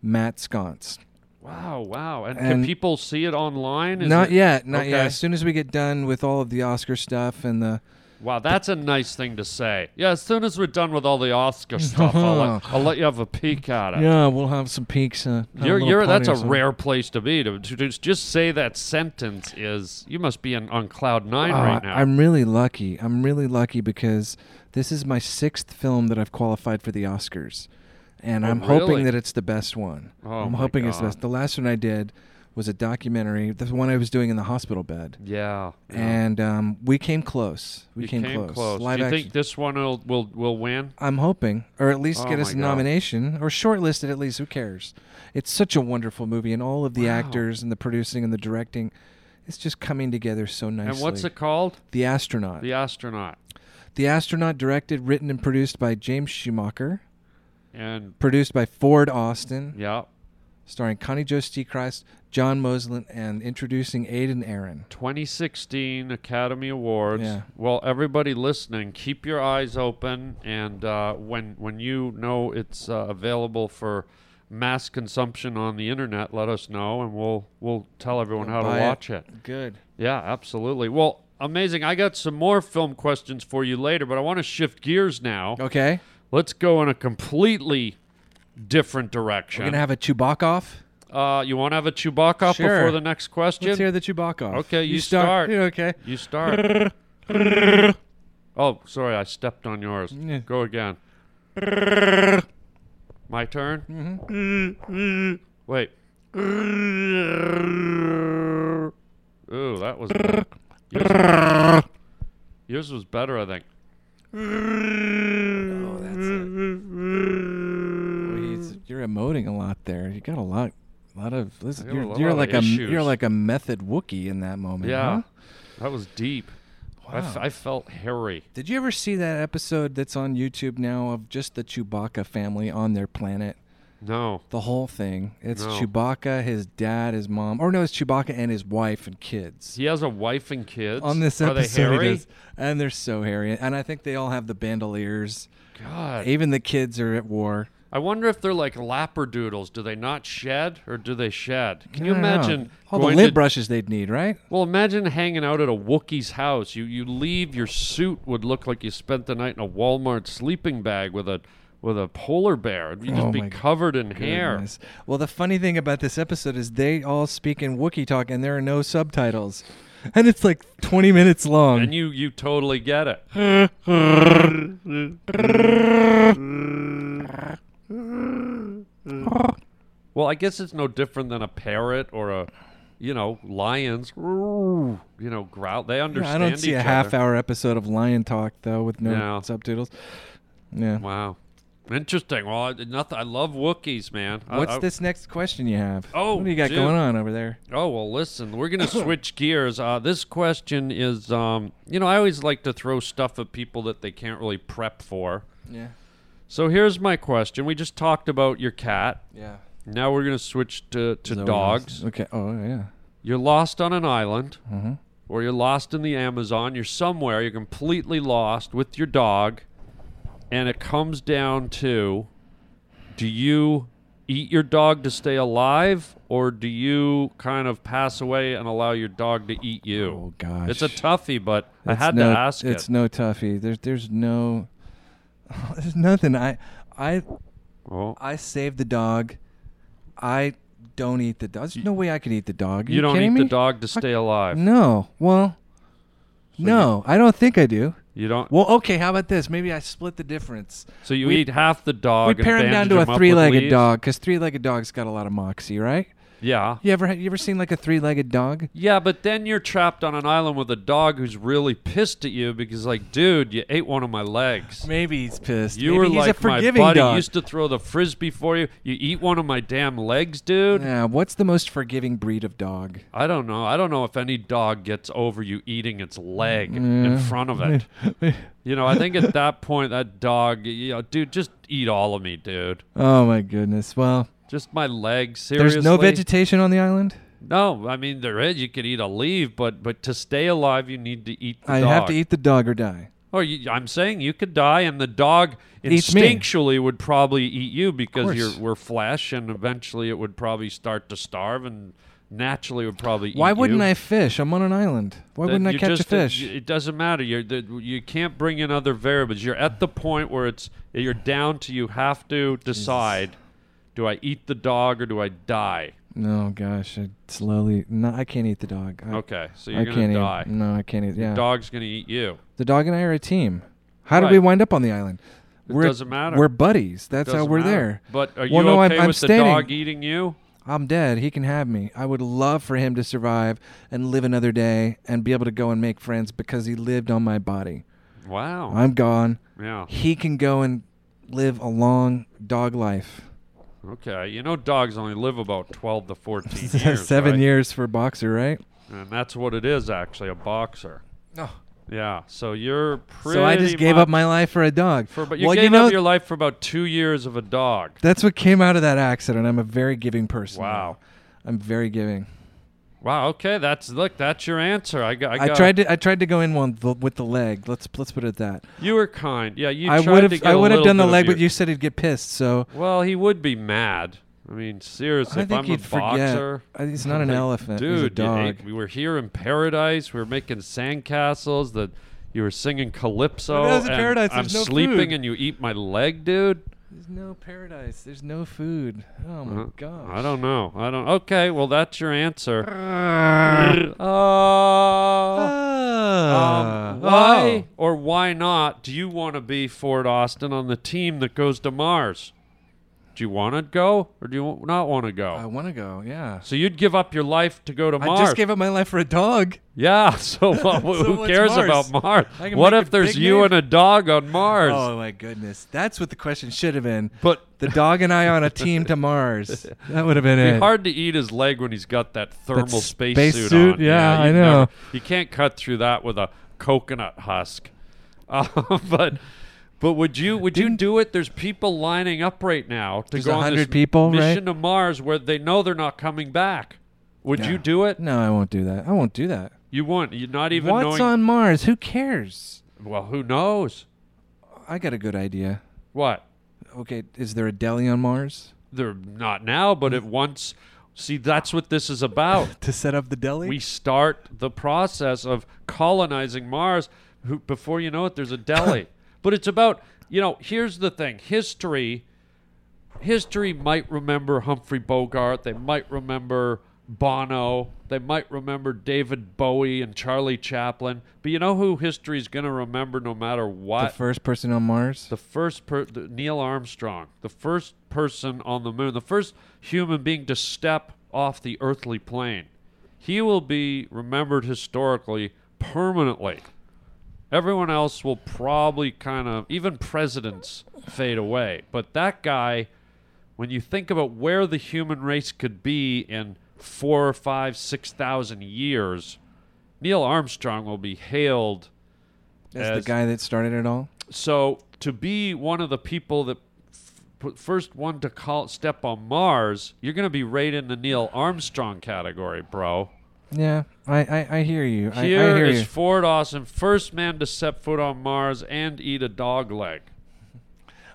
H: Matt Sconce.
A: Wow, wow. And, can
H: And-
A: people see it online? Is
H: Not
A: it-
H: yet, not
A: Okay.
H: yet. As soon as we get done with all of the Oscar stuff and the
A: Wow, that's a nice thing to say. Yeah, as soon as we're done with all the Oscar stuff, I'll, let, I'll let you have a peek at it.
H: yeah, we'll have some peeks. Uh, have a
A: You're,
H: little
A: you're,
H: party
A: that's
H: or
A: a
H: something.
A: rare place to be. To, to just- just say that sentence is, you must be in, on cloud nine
H: Oh,
A: right now.
H: I'm really lucky. I'm really lucky because this is my sixth film that I've qualified for the Oscars, and I'm
A: Oh, really?
H: hoping that it's the best one.
A: Oh,
H: I'm
A: my
H: hoping it's the
A: God.
H: best. The last one I did was a documentary, the one I was doing in the hospital bed,
A: yeah. yeah.
H: and um, we came close. We
A: You
H: came, close. Live
A: Do you
H: action.
A: think this one will, will, will win?
H: I'm hoping, or at least
A: Oh
H: get
A: my
H: us a
A: God.
H: nomination, or shortlisted at least. Who cares? It's such a wonderful movie, and all of the actors and the producing and the directing, it's just coming together so nicely.
A: And what's it called?
H: The astronaut.
A: The Astronaut.
H: The Astronaut, directed, written, and produced by James Schumacher,
A: And,
H: produced by Ford Austin,
A: yeah,
H: starring Connie Joe Steechrist, John Moslin, and introducing Aidan Aaron.
A: 2016 Academy Awards.
H: Yeah.
A: Well, everybody listening, keep your eyes open, and uh, when when you know it's uh, available for mass consumption on the internet, let us know, and we'll we'll tell everyone how to
H: Buy it.
A: watch it.
H: Good.
A: Yeah, absolutely. Well, amazing. I got some more film questions for you later, but I want to shift gears now.
H: Okay.
A: Let's go in a completely different direction.
H: We're going to have a Chewbacca off.
A: uh, you want to have a Chewbacca
H: Sure.
A: before the next question?
H: Let's hear the Chewbacca off.
A: Okay, you,
H: start. Yeah, okay.
A: You start. oh, sorry, I stepped on yours. Go again. My turn? Mm-hmm.
H: Mm-hmm.
A: Wait. Ooh, that was. Yours, yours was better, I think.
H: Oh, that's it. He's- You're emoting a lot there. You got a lot, lot of. Listen,
A: got a
H: you're
A: lot
H: you're
A: of
H: like a
A: issues.
H: you're like a method Wookie in that moment.
A: Yeah.
H: huh?
A: That was deep. I, f-
H: Uh-huh. Wow.
A: I felt hairy.
H: Did you ever see that episode that's on YouTube now of just the Chewbacca family on their planet?
A: No.
H: The whole thing. It's
A: No.
H: Chewbacca, his dad, his mom, or no, it's Chewbacca and his wife and kids.
A: He has a wife and kids.
H: On this
A: Are
H: episode,
A: they
H: he
A: hairy?
H: does. and they're so hairy, and I think they all have the bandoliers.
A: God.
H: Even the kids are at war.
A: I wonder if they're like labradoodles. Do they not shed or do they shed? Can you
H: I don't know.
A: imagine
H: all the
A: going
H: lid
A: to-
H: brushes they'd need, right?
A: Well, imagine hanging out at a Wookiee's house. You you leave your suit would look like you spent the night in a Walmart sleeping bag with a with a polar bear. You'd just
H: Oh
A: be
H: my
A: covered in hair.
H: Goodness. Well, the funny thing about this episode is they all speak in Wookiee talk, and there are no subtitles, and it's like 20 minutes long.
A: And you you totally get it. well, I guess it's no different than a parrot or a you know, lions, you know, growl. They
H: Yeah,
A: understand
H: I don't see
A: each
H: a
A: other.
H: half hour episode of Lion Talk though with no
A: No.
H: subtitles. Yeah.
A: Wow. Interesting. Well, I, nothing, I love Wookiees, man. I-
H: What's
A: I-
H: this next question you have?
A: Oh,
H: what do you got
A: dude.
H: going on over there?
A: Oh, well, listen, we're going to switch gears. Uh, this question is, um, you know, I always like to throw stuff at people that they can't really prep for.
H: Yeah,
A: So here's my question. We just talked about your cat.
H: yeah.
A: Now we're going to switch to, to dogs.
H: Okay. Oh yeah.
A: You're lost on an island,
H: Mm-hmm.
A: or you're lost in the Amazon. You're somewhere. You're completely lost with your dog, and it comes down to: Do you eat your dog to stay alive, or do you kind of pass away and allow your dog to eat you?
H: Oh, gosh.
A: it's a toughie, but I
H: It's
A: had
H: no,
A: to ask it.
H: It's no toughie. There's there's no there's nothing. I I
A: Oh,
H: I save the dog. I don't eat the dog. There's no way I could eat the dog. Are
A: you, don't eat
H: kidding
A: the
H: me?
A: dog to stay alive.
H: No. Well. no, I don't think I do.
A: you don't.
H: Well, okay. How about this? Maybe I split the difference.
A: so you
H: we-
A: eat half the dog.
H: we
A: and
H: pare him
A: bandage
H: down to a
A: up with
H: three-legged
A: leaves?
H: dog because three-legged dog's got a lot of moxie, right?
A: Yeah.
H: You ever you ever seen like a three-legged dog?
A: Yeah, but then you're trapped on an island with a dog who's really pissed at you because, like, dude, you ate one of my legs.
H: Maybe he's pissed.
A: You
H: Maybe
A: were
H: he's
A: like
H: a
A: my
H: forgiving
A: buddy
H: dog.
A: used to throw the frisbee for you. You eat one of my damn legs, dude.
H: Yeah, what's the most forgiving breed of dog?
A: I don't know. I don't know if any dog gets over you eating its leg
H: Mm.
A: in front of it. you know, I think at that point that dog, you know, dude, just eat all of me, dude.
H: Oh my goodness. Well,
A: Just my legs, seriously.
H: there's no vegetation on the island.
A: No, I mean there is. You could eat a leaf, but but to stay alive, you need to eat the
H: I
A: dog.
H: have to eat the dog or die.
A: Or you, I'm saying you could die, and the dog
H: Eats me.
A: instinctually would probably eat you because
H: course.
A: you're we're flesh, and eventually it would probably start to starve, and naturally would probably.
H: Why
A: eat
H: wouldn't
A: you.
H: I fish? I'm on an island. Why
A: That
H: wouldn't I
A: you
H: catch a
A: just- uh,
H: fish?
A: It, doesn't matter. You're that you can't bring in other variables. You're at the point where it's you're down to you have to decide: do I eat the dog or do I die?
H: no, gosh, I slowly. No, I can't eat the dog. I,
A: Okay, so you're
H: I
A: gonna
H: can't
A: die.
H: eat. No, I can't eat. Yeah,
A: Dog's gonna eat you.
H: the dog and I are a team. How did
A: Right.
H: we wind up on the island? we're,
A: doesn't matter.
H: We're buddies. That's how
A: Doesn't
H: we're
A: matter.
H: there.
A: But are you
H: Well, no, I'm-
A: okay
H: I'm
A: with the
H: standing.
A: dog eating you?
H: I'm dead. He can have me. I would love for him to survive and live another day and be able to go and make friends because he lived on my body.
A: Wow.
H: I'm gone.
A: yeah.
H: He can go and live a long dog life.
A: Okay, you know dogs only live about 12 to 14 years.
H: Seven
A: right?
H: years for boxer, right?
A: And that's what it is, actually, a boxer.
H: No.
A: Yeah, so you're pretty.
H: So I just gave up
A: much-
H: my life for a dog.
A: For, but you
H: well,
A: gave
H: you know,
A: up your life for about two years of a dog.
H: that's what came out of that accident. I'm a very giving person.
A: Wow.
H: I'm very giving.
A: Wow, okay, that's. Look, that's your answer. I, got, I,
H: I
A: got-
H: tried to I tried to go in one th- with the leg. Let's let's put it at that.
A: You were kind. Yeah, you
H: I
A: tried
H: would
A: to
H: have
A: get
H: I
A: a
H: would have
A: little
H: done the
A: bit of
H: leg, but
A: your-
H: you said he'd get pissed. So
A: Well, he would be mad. I mean, seriously,
H: I
A: if
H: think
A: I'm
H: he'd
A: a
H: forget.
A: boxer.
H: Uh, He's not an
A: Like,
H: elephant.
A: Dude,
H: he's a
A: you
H: dog.
A: ate- we were here in paradise. We were making sandcastles. That you were singing calypso.
H: But that was in
A: and
H: paradise,
A: I'm
H: there's no
A: sleeping,
H: food.
A: and you eat my leg, dude.
H: There's no paradise. There's no food. Oh my gosh.
A: Uh-huh. I don't know. I don't. Okay, well, that's your answer.
H: Uh,
A: Oh.
H: Ah.
A: Um, why
H: oh.
A: or why not do you want to be Fort Austin on the team that goes to Mars? Do you want to go or do you wa- not want to go?
H: I want to go. Yeah.
A: so you'd give up your life to go to Mars?
H: I just gave up my life for a dog.
A: Yeah, so, what, who
H: what's
A: cares
H: Mars?
A: about Mars?
H: I can
A: What
H: make
A: if
H: a
A: there's
H: big
A: you
H: name.
A: and a dog on Mars?
H: Oh my goodness. That's what the question should have been.
A: But
H: the dog and I on a team to Mars. That would have been
A: it'd
H: it.
A: be hard to eat his leg when he's got that thermal space,
H: space
A: suit,
H: suit?
A: on.
H: Yeah, I
A: you'd
H: know.
A: never- you can't cut through that with a coconut husk. Uh, but but would you would you do it? There's people lining up right now to
H: There's
A: go on this
H: 100 people, right?
A: mission to Mars where they know they're not coming back. Would you do it?
H: No, I won't do that. I won't do that.
A: You wouldn't. You're not even
H: What's
A: knowing.
H: on Mars? Who cares?
A: Well, who knows?
H: I got a good idea.
A: What?
H: Okay, is there a deli on Mars?
A: They're not now, but at once. See, that's what this is about.
H: To set up the deli?
A: we start the process of colonizing Mars. Who, before you know it, there's a deli. but it's about, you know, here's the thing history. History might remember Humphrey Bogart. They might remember Bono. They might remember David Bowie and Charlie Chaplin. But you know who history is going to remember no matter
H: the
A: what?
H: first person on Mars?
A: the first per- the, Neil Armstrong, the first person on the moon, the first human being to step off the earthly plane. He will be remembered historically permanently. Everyone else will probably kind of even presidents fade away, but that guy when you think about where the human race could be in four or five, six thousand years, Neil Armstrong will be hailed
H: That's
A: as-
H: the guy that started it all?
A: so to be one of the people that f- put- first one to call step on Mars, you're going to be right in the Neil Armstrong category, bro.
H: Yeah, I, I, I hear you. I, I
A: Here is
H: hear you.
A: Ford Austin, first man to set foot on Mars and eat a dog leg.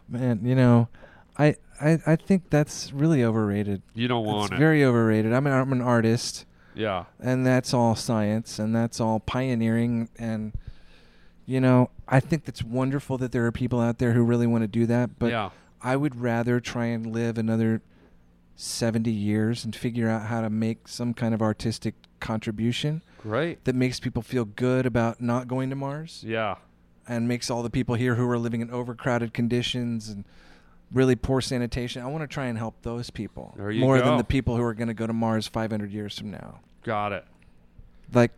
H: Man, you know, I, I, I think that's really overrated.
A: You don't
H: It's
A: want it.
H: very overrated. I'm an, I'm an artist,
A: yeah.
H: and that's all science, and that's all pioneering, and you know, I think that's wonderful that there are people out there who really want to do that. But
A: Yeah.
H: I would rather try and live another seventy years and figure out how to make some kind of artistic contribution
A: Great.
H: that makes people feel good about not going to Mars
A: Yeah.
H: and makes all the people here who are living in overcrowded conditions and really poor sanitation. I want to try and help those people
A: There you
H: more
A: go.
H: than the people who are going to go to Mars 500 years from now.
A: Got it.
H: Like,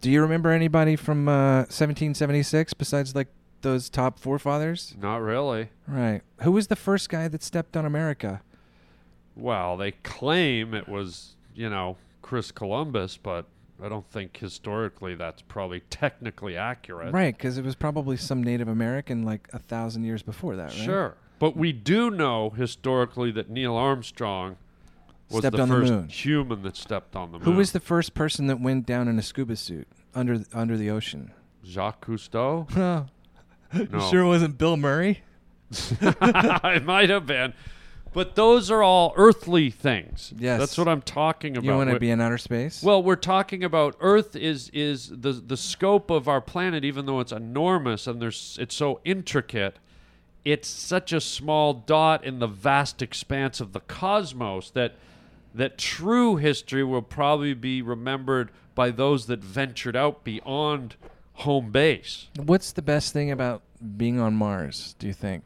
H: do you remember anybody from uh, 1776 besides like those top forefathers?
A: Not really.
H: Right. Who was the first guy that stepped on America?
A: Well, they claim it was, you know, Chris Columbus, but I don't think historically that's probably technically accurate.
H: Right, because it was probably some Native American like a thousand years before that, right?
A: Sure. But we do know historically that Neil Armstrong was
H: Stepped
A: the
H: on the
A: first
H: moon.
A: human that stepped on the moon.
H: Who was the first person that went down in a scuba suit under under the ocean?
A: Jacques Cousteau?
H: Huh.
A: No.
H: wasn't Bill Murray?
A: it might have been. But those are all earthly things.
H: Yes.
A: That's what I'm talking about.
H: You want
A: Wh-
H: to be in outer space?
A: Well, we're talking about Earth is is the the scope of our planet, even though it's enormous and there's it's so intricate. It's such a small dot in the vast expanse of the cosmos that that true history will probably be remembered by those that ventured out beyond home base.
H: what's the best thing about being on Mars? Do you think?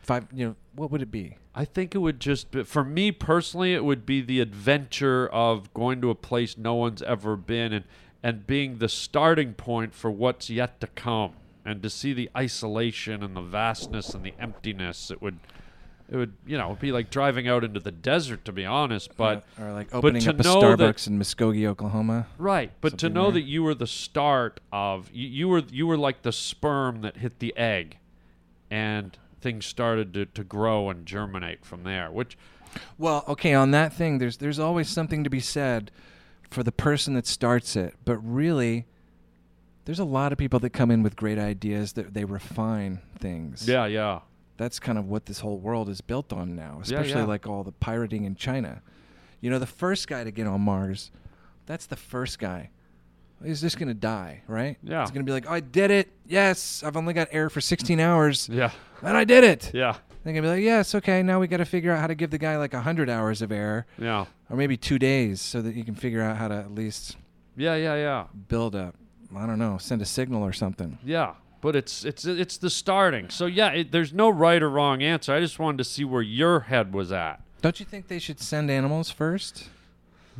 H: Five, you know, what would it be?
A: I think it would just be, for me personally, it would be the adventure of going to a place no one's ever been and, and being the starting point for what's yet to come and to see the isolation and the vastness and the emptiness. It would, it would, you know, it'd be like driving out into the desert, to be honest, but,
H: or like
A: but
H: opening
A: to
H: up a
A: know that-
H: Starbucks in Muskogee, Oklahoma.
A: Right, but to know that you were the start of you, you were you were like the sperm that hit the egg, and things started to, to grow and germinate from there. Which
H: Well, okay, on that thing, there's there's always something to be said for the person that starts it, but really, there's a lot of people that come in with great ideas that they refine things.
A: yeah, yeah,
H: that's kind of what this whole world is built on now,
A: Yeah,
H: especially
A: yeah.
H: like all the pirating in China. You know, the first guy to get on Mars, that's the first guy. He's just going to die, right?
A: Yeah.
H: He's going to be like, I did it. Yes. I've only got air for 16 hours.
A: yeah,
H: And I did it.
A: yeah,
H: They're going to be like, yes, okay. Now we got to figure out how to give the guy like 100 hours of air
A: yeah,
H: or maybe two days so that you can figure out how to at least
A: yeah, yeah, yeah,
H: build a, I don't know, send a signal or something.
A: yeah. But it's it's it's the starting. So yeah, it, there's no right or wrong answer. I just wanted to see where your head was at.
H: Don't you think they should send animals first?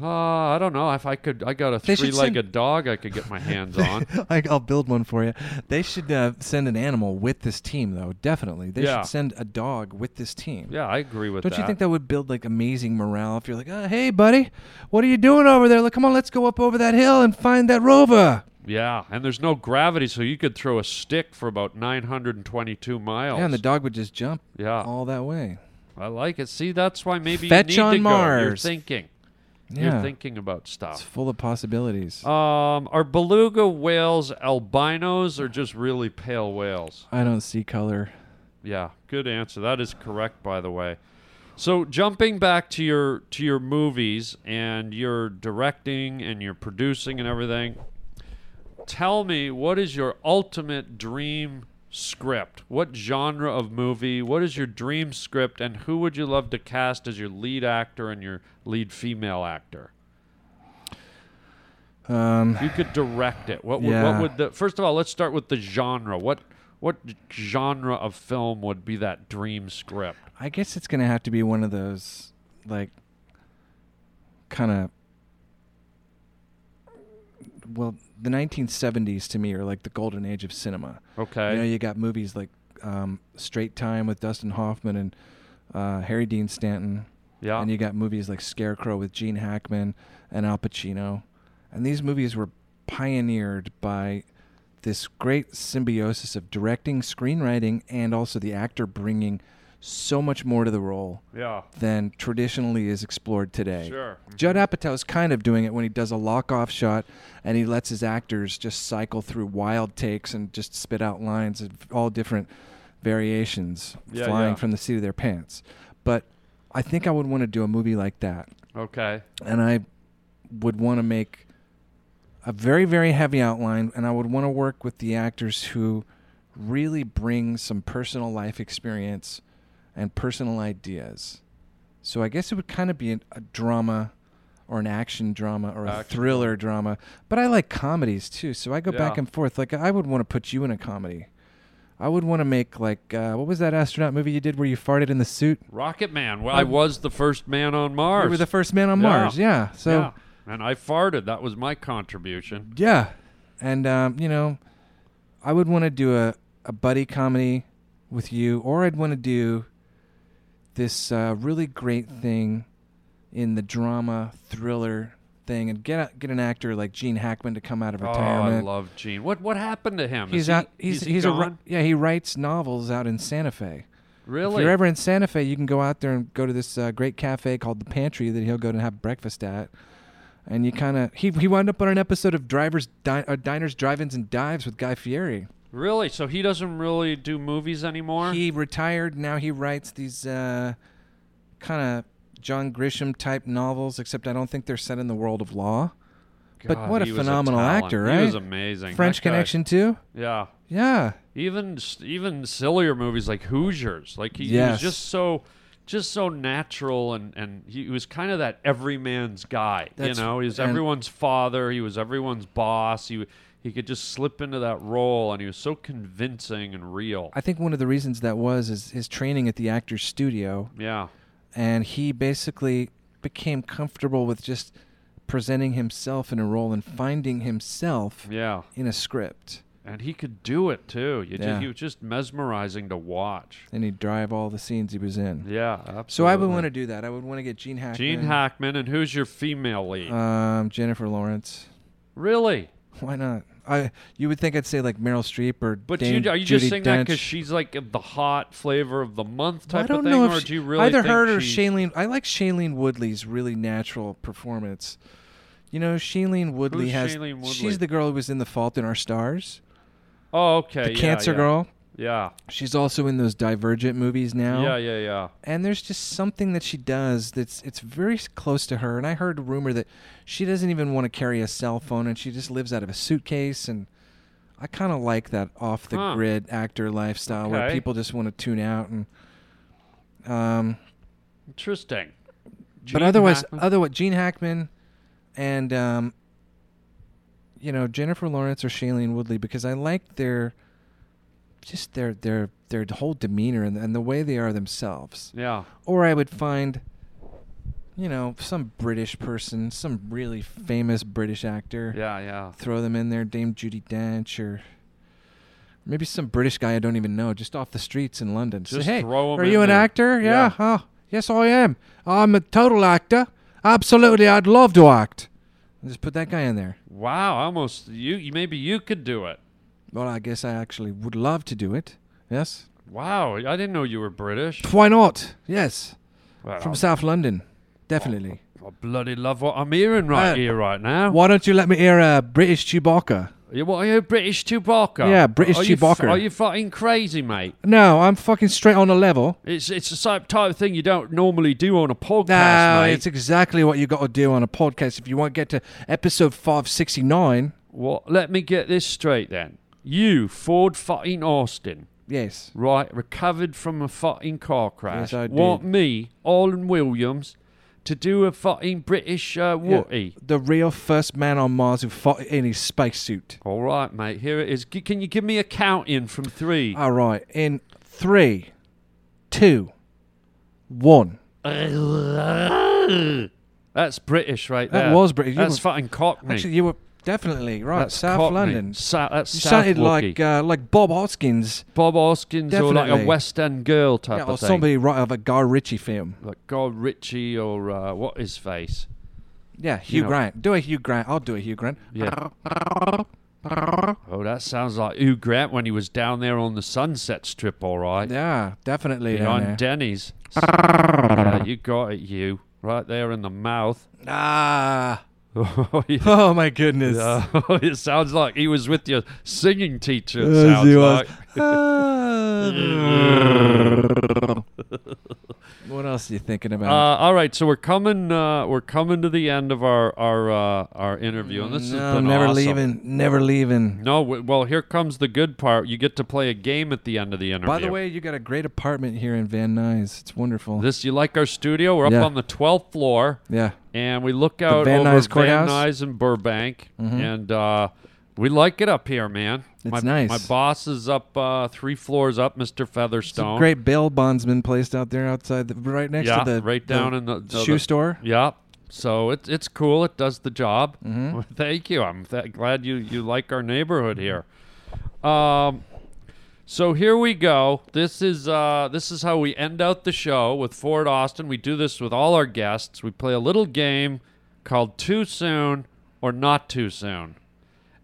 A: Uh, I don't know if I could. I got a
H: They should
A: three-legged
H: send-
A: dog. I could get my hands on.
H: like I'll build one for you. They should uh, send an animal with this team, though. Definitely, they
A: Yeah.
H: should send a dog with this team.
A: Yeah, I agree with
H: Don't
A: that.
H: you think that would build like amazing morale if you're like, uh, "Hey, buddy, what are you doing over there? Like, come on, let's go up over that hill and find that rover."
A: Yeah, and there's no gravity, so you could throw a stick for about 922 miles.
H: Yeah, and the dog would just jump
A: Yeah.
H: all that way.
A: I like it. See, that's why maybe you
H: Fetch
A: need
H: on
A: to go. You're
H: Mars.
A: thinking. You're
H: Yeah.
A: thinking about
H: It's
A: stuff.
H: full of possibilities.
A: Um, are beluga whales albinos or just really pale whales?
H: I don't see color.
A: Yeah, good answer. That is correct, by the way. So jumping back to your to your movies and your directing and your producing and everything, tell me what is your ultimate dream script? What genre of movie? What is your dream script? And who would you love to cast as your lead actor and your lead female actor?
H: Um,
A: You could direct it. What would, what
H: Yeah.
A: would the first of all? Let's start with the genre. What what genre of film would be that dream script?
H: I guess it's gonna have to be one of those like kind of well, the 1970s to me are like the golden age of cinema.
A: Okay.
H: You know, you got movies like um, Straight Time with Dustin Hoffman and uh, Harry Dean Stanton,
A: yeah.
H: and you got movies like Scarecrow with Gene Hackman and Al Pacino, and these movies were pioneered by this great symbiosis of directing, screenwriting, and also the actor bringing so much more to the role
A: yeah.
H: than traditionally is explored today.
A: Sure. Mm-hmm.
H: Judd Apatow is kind of doing it when he does a lock-off shot and he lets his actors just cycle through wild takes and just spit out lines of all different variations
A: Yeah,
H: flying
A: yeah.
H: from the seat of their pants. But I think I would want to do a movie like that.
A: Okay.
H: And I would want to make a very, very heavy outline and I would want to work with the actors who really bring some personal life experience and personal ideas. So I guess it would kind of be an, a drama or an action drama or a
A: Action.
H: thriller drama. But I like comedies too, so I go back
A: Yeah.
H: and forth. Like I would want to put you in a comedy. I would want to make like uh, what was that astronaut movie you did where you farted in the suit?
A: Rocket Man. Well, I was the first man on Mars.
H: You were the first man on
A: Yeah.
H: Mars. Yeah. So
A: yeah. And I farted. That was my contribution.
H: Yeah. And, um, you know, I would want to do a, a buddy comedy with you, or I'd want to do this uh, really great thing in the drama thriller thing and get a, get an actor like Gene Hackman to come out of retirement.
A: Oh, I love Gene. What what happened to him? Is
H: He's
A: he-
H: out. He's
A: is he
H: he's a ri-
A: gone?
H: yeah. He writes novels out in Santa Fe.
A: really.
H: If you're ever in Santa Fe, you can go out there and go to this uh, great cafe called the Pantry that he'll go to have breakfast at. And you kind of he he wound up on an episode of Drivers Di- uh, Diners Drive-ins and Dives with Guy Fieri.
A: really? So he doesn't really do movies anymore.
H: He retired. Now he writes these uh, kind of John Grisham type novels, except I don't think they're set in the world of law. but
A: God,
H: what a
A: he was
H: phenomenal
A: talent.
H: actor, right?
A: He was amazing.
H: French
A: That guy-
H: Connection too.
A: Yeah.
H: Yeah,
A: Even s- even sillier movies like Hoosiers. Like he, he
H: Yes.
A: was just so just so natural and and he was kind of that everyman's guy.
H: That's-
A: you know, he was
H: and-
A: everyone's father. He was everyone's boss. He he could just slip into that role, and he was so convincing and real.
H: I think one of the reasons that was is his training at the Actors Studio.
A: yeah.
H: and he basically became comfortable with just presenting himself in a role and finding himself
A: Yeah.
H: in a script.
A: and he could do it too. You
H: Yeah.
A: just, he was just mesmerizing to watch.
H: And he'd drive all the scenes he was in.
A: Yeah, absolutely.
H: So I would want to do that. I would want to get Gene Hackman,
A: Gene Hackman, and who's your female lead?
H: um, Jennifer Lawrence.
A: really?
H: Why not? I you would think I'd say like Meryl Streep or
A: But
H: Dame
A: you, are you
H: Judi
A: just saying that 'cause that
H: Dench.
A: because she's like the hot flavor of the month
H: I
A: type
H: don't
A: of thing,
H: know
A: or
H: if
A: do
H: she-
A: you really
H: either
A: think
H: her or
A: she's-
H: Shailene. I like Shailene Woodley's really natural performance. You know, Shailene Woodley
A: Who's
H: has
A: Shailene Woodley?
H: she's the girl who was in The Fault in Our Stars,
A: Oh, okay.
H: the
A: yeah,
H: cancer
A: yeah.
H: girl.
A: Yeah,
H: She's also in those Divergent movies now.
A: yeah, yeah, yeah.
H: And there's just something that she does that's it's very s- close to her. And I heard a rumor that she doesn't even want to carry a cell phone and she just lives out of a suitcase. And I kind of like that off the
A: Huh.
H: grid actor lifestyle where
A: Okay.
H: people just want to tune out. And um,
A: Interesting. Gene
H: but otherwise,
A: Hackman.
H: otherwise Gene Hackman and um, you know Jennifer Lawrence or Shailene Woodley because I like their just their their their whole demeanor and, and the way they are themselves.
A: yeah,
H: Or I would find you know some British person, some really famous British actor.
A: yeah, yeah.
H: Throw them in there, Dame Judy Dench or maybe some British guy I don't even know, just off the streets in London. Say,
A: Just
H: hey,
A: throw 'em
H: are
A: in
H: you an
A: there."
H: actor? Yeah.
A: Yeah.
H: Oh, yes, I am. I'm a total actor. Absolutely, I'd love to act. And just put that guy in there.
A: Wow, almost you, you. Maybe you could do it.
H: Well, I guess I actually would love to do it. Yes.
A: Wow, I didn't know you were British.
H: Why not? Yes.
A: Well,
H: From South London, definitely.
A: I bloody love what I'm hearing right
H: Uh,
A: here, right now.
H: Why don't you let me hear a British Chewbacca?
A: Yeah, what are you, British Chewbacca?
H: Yeah, British
A: are you f-
H: Chewbacca.
A: are you fucking crazy, mate?
H: No, I'm fucking straight on the level.
A: It's it's the type type of thing you don't normally do on a podcast,
H: No,
A: mate.
H: it's exactly what you got to do on a podcast if you want to get to episode 569.
A: What? Let me get this straight then. You, Ford fucking Austin,
H: Yes.
A: right, recovered from a fucking car crash.
H: Yes, I
A: Want
H: did.
A: me, Alan Williams, to do a fucking British uh, Wooty?
H: The real first man on Mars who fought in his spacesuit.
A: All right, mate. Here it is. G- can you give me a count in from three?
H: All right. In three, two, one.
A: That's British, right
H: That
A: there.
H: was British. You
A: That's
H: were-
A: fucking Cockney.
H: Actually, you were definitely right.
A: That's
H: South
A: Cockney.
H: London.
A: Sa- that's
H: You
A: South
H: sounded
A: Wookie.
H: like uh, like Bob Hoskins
A: Bob Hoskins or like
H: Definitely.
A: a West End girl type
H: yeah,
A: of
H: or
A: thing.
H: somebody right of a Guy Ritchie film.
A: Like God Ritchie or uh, what his face.
H: Yeah, Hugh
A: know.
H: Grant. Do a Hugh Grant. I'll do a Hugh Grant.
A: Yeah. Oh, that sounds like Hugh Grant when he was down there on the Sunset Strip, all right.
H: Yeah, definitely. down
A: Behind
H: there.
A: Denny's. yeah, you got it, you. Right there in the mouth.
H: ah.
A: oh, yeah.
H: Oh my goodness.
A: uh, it sounds like he was with your singing teacher. It
H: Yes,
A: sounds
H: he
A: like.
H: was. what else are you thinking
A: Uh,
H: about?
A: all right, so we're coming. Uh, we're coming to the end of our our uh, our interview, and this has
H: no,
A: been
H: never
A: awesome.
H: leaving. Never leaving.
A: No, w- well, here comes the good part. You get to play a game at the end of the interview.
H: By the way, you got a great apartment here in Van Nuys. It's wonderful.
A: this you like our studio? We're
H: Yeah.
A: up on the twelfth floor.
H: yeah.
A: and we look out
H: Van
A: over
H: Nuys courthouse? Mm-hmm.
A: Van Nuys and Burbank, and uh, We like it up here, man.
H: It's
A: my,
H: nice.
A: My boss is up uh, three floors up, Mr. Featherstone.
H: Great bail bondsman placed out there outside, the, right next
A: Yeah,
H: to the
A: right
H: the
A: down in the- the-
H: shoe
A: the-
H: store.
A: Yeah. So it's it's cool. It does the job. Well, thank you. I'm th- glad you you like our neighborhood here. Um, so here we go. This is uh, this is how we end out the show with Ford Austin. We do this with all our guests. We play a little game called Too Soon or Not Too Soon.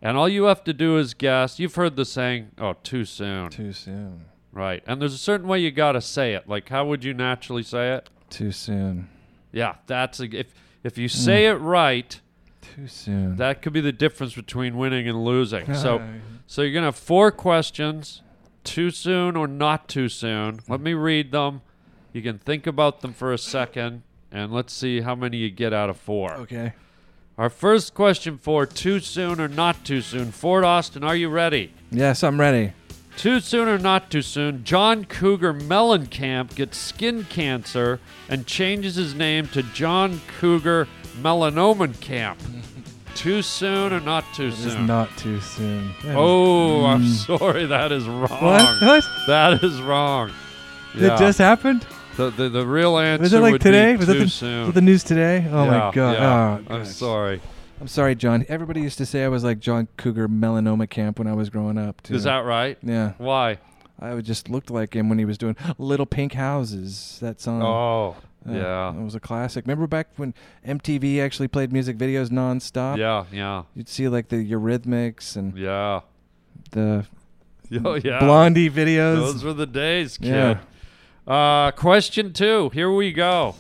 A: And all you have to do is guess. You've heard the saying, "Oh, too soon."
H: Too soon.
A: right. And there's a certain way you got to say it. Like how would you naturally say it?
H: Too soon.
A: Yeah, that's a, if if you say it right,
H: Too soon.
A: that could be the difference between winning and losing. So so you're gonna have four questions, too soon or not too soon. Let me read them. You can think about them for a second, and let's see how many you get out of four.
H: okay.
A: Our first question for too soon or not too soon. Fort Austin, are you ready?
H: Yes, I'm ready.
A: Too soon or not too soon, John Cougar Mellencamp gets skin cancer and changes his name to John Cougar Melanomencamp. too soon or not too
H: It's
A: soon?
H: not too soon. That is-
A: oh, I'm sorry, that is wrong.
H: What? What?
A: That is wrong. Yeah.
H: It just happened?
A: the, the, the real answer
H: Was it like
A: would
H: today?
A: be
H: Was
A: too
H: it the,
A: soon.
H: was the news today? Oh
A: Yeah,
H: my god.
A: yeah.
H: Oh,
A: I'm
H: gosh.
A: sorry.
H: I'm sorry, John. Everybody used to say I was like John Cougar Melanoma Camp when I was growing up. Too.
A: Is that right?
H: Yeah.
A: Why?
H: I would just looked like him when he was doing Little Pink Houses. That song.
A: Oh,
H: Uh,
A: yeah.
H: It was a classic. Remember back when MTV actually played music videos nonstop?
A: Yeah, yeah,
H: You'd see like the Eurythmics and
A: yeah.
H: the
A: Oh, yeah.
H: Blondie videos.
A: Those were the days, kid.
H: Yeah.
A: Uh, question two. Here we go.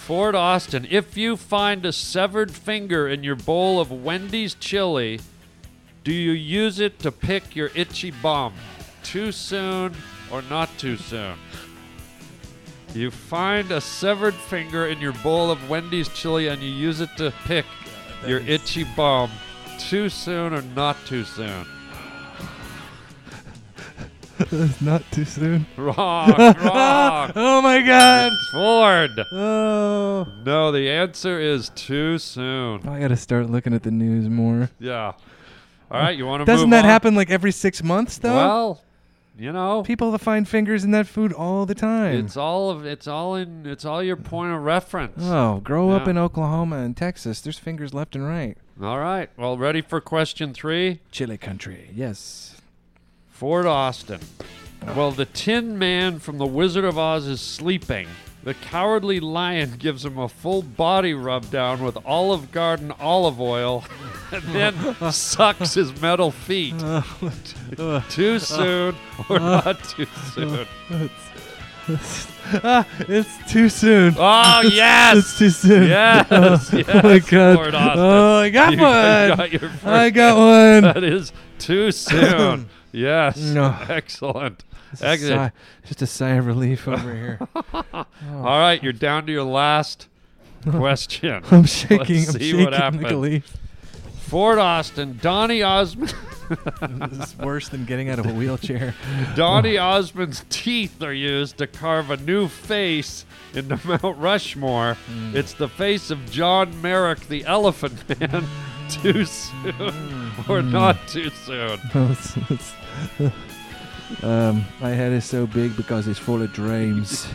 A: Ford Austin, if you find a severed finger in your bowl of Wendy's chili, do you use it to pick your itchy bum? Too soon or not too soon? You find a severed finger in your bowl of Wendy's chili and you use it to pick your itchy bum. Too soon or not too soon?
H: Not too soon.
A: Wrong, wrong.
H: Oh my god.
A: Ford.
H: Oh.
A: No, the answer is too soon.
H: I gotta start looking at the news more.
A: Yeah. All right, you want to
H: Doesn't that happen like every six months though?
A: Well, you know,
H: People find fingers in that food all the time.
A: it's all of it's all in it's all your point of reference.
H: oh, grow up
A: Yeah.
H: in Oklahoma and Texas. There's fingers left and right.
A: All right. Well, ready for question 3?
H: Chile country. Yes.
A: Fort Austin. Well, the Tin Man from The Wizard of Oz is sleeping. The cowardly lion gives him a full body rub down with Olive Garden olive oil and then sucks his metal feet. too soon or not too soon.
H: Ah, it's too soon.
A: Oh,
H: It's
A: yes!
H: too soon.
A: Yes! yes
H: Oh my god.
A: Fort Austin.
H: Oh, I got
A: You
H: one.
A: got your first
H: I got one.
A: That is too soon. yes.
H: No.
A: Excellent.
H: Just a
A: Excellent.
H: sigh- just a sigh of relief over here.
A: All right, you're down to your last question.
H: I'm shaking.
A: Let's
H: I'm
A: see
H: shaking
A: what
H: like a
A: happens.
H: leaf.
A: Ford Austin, Donnie Osmond,
H: This is worse than getting out of a wheelchair.
A: Donnie
H: Oh.
A: Osmond's teeth are used to carve a new face into Mount Rushmore.
H: Hmm.
A: It's the face of John Merrick, the Elephant Man. too soon
H: Hmm.
A: or not too soon?
H: It's- it's- um, my head is so big because it's full of dreams.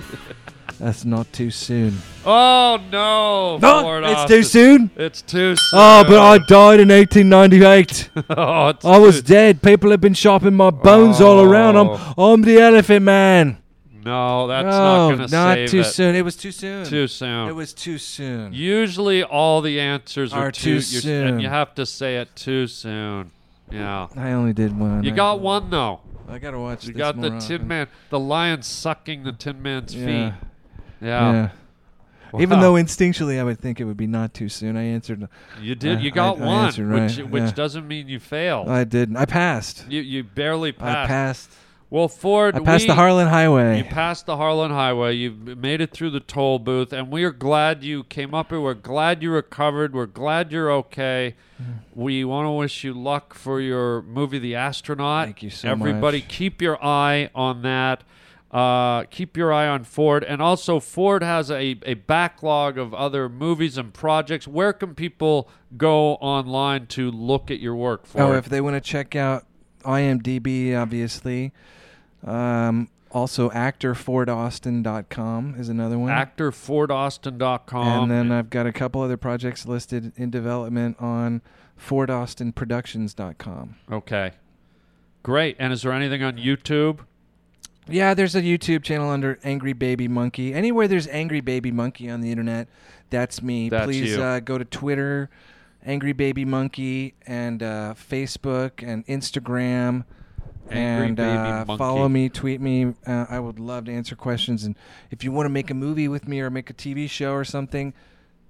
H: That's not too soon.
A: Oh no! Ford
H: it's
A: Austin.
H: too soon.
A: It's too soon.
H: Oh, but I died in 1898.
A: Oh, it's
H: I was
A: too-
H: dead. People have been chopping my bones all around. I'm, I'm the elephant man.
A: No, Oh. that's
H: oh,
A: not gonna save
H: too
A: it.
H: soon. It was too soon.
A: Too soon.
H: It was too soon.
A: Usually, all the answers are,
H: Are
A: too,
H: too
A: you're-
H: soon.
A: and you have to say it too soon. Yeah,
H: I only did one.
A: you
H: I-
A: got one though.
H: I gotta watch.
A: You
H: this
A: got the
H: more
A: Tin
H: often.
A: Man, the lion sucking the Tin Man's
H: Yeah.
A: feet. Yeah,
H: yeah. Even
A: Wow.
H: though instinctually I would think it would be not too soon, I answered.
A: you did.
H: I-
A: You got
H: I- I
A: one,
H: answered
A: which
H: right,
A: which
H: yeah.
A: doesn't mean you failed.
H: I didn't. I passed.
A: you you barely
H: I
A: passed.
H: passed.
A: Well, Ford,
H: I passed
A: we,
H: the Harlan
A: You
H: Highway.
A: passed the Harlan Highway. You made it through the toll booth, and we are glad you came up here. We're glad you recovered. We're glad you're okay.
H: Mm.
A: We want to wish you luck for your movie, The Astronaut.
H: Thank you so
A: Everybody,
H: much.
A: keep your eye on that. Uh, keep your eye on Ford. And also, Ford has a, a backlog of other movies and projects. Where can people go online to look at your work, Ford?
H: Oh, if they want to check out IMDb, obviously. Um, also, actorfordaustin.com is another one.
A: ActorFordAustin.com.
H: and then I've got a couple other projects listed in development on fordaustinproductions.com.
A: Okay. Great. And is there anything on YouTube?
H: Yeah, there's a YouTube channel under Angry Baby Monkey. Anywhere there's Angry Baby Monkey on the internet, that's me.
A: That's
H: Please
A: you.
H: Uh, go to Twitter, Angry Baby Monkey, and uh, Facebook and Instagram.
A: Angry
H: and
A: Baby
H: uh,
A: Monkey.
H: follow me, tweet me. Uh, I would love to answer questions. And if you want to make a movie with me or make a TV show or something,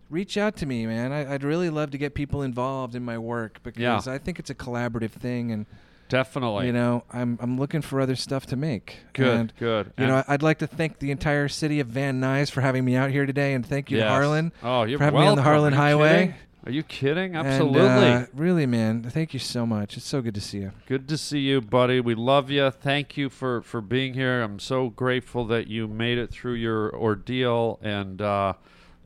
H: reach out to me, man. I, I'd really love to get people involved in my work because I think it's a collaborative thing. And
A: Definitely.
H: you know, I'm I'm looking for other stuff to make.
A: Good,
H: And,
A: good.
H: You know, I'd like to thank the entire city of Van Nuys for having me out here today, and thank you,
A: Yes.
H: Harlan.
A: Oh, you're
H: for having me on the
A: welcome.
H: Harlan
A: Are you
H: Highway.
A: kidding? Are you kidding?
H: And,
A: Absolutely.
H: uh, really, man, thank you so much. It's so good to see you.
A: Good to see you, buddy. We love you. Thank you for for being here. I'm so grateful that you made it through your ordeal and. Uh,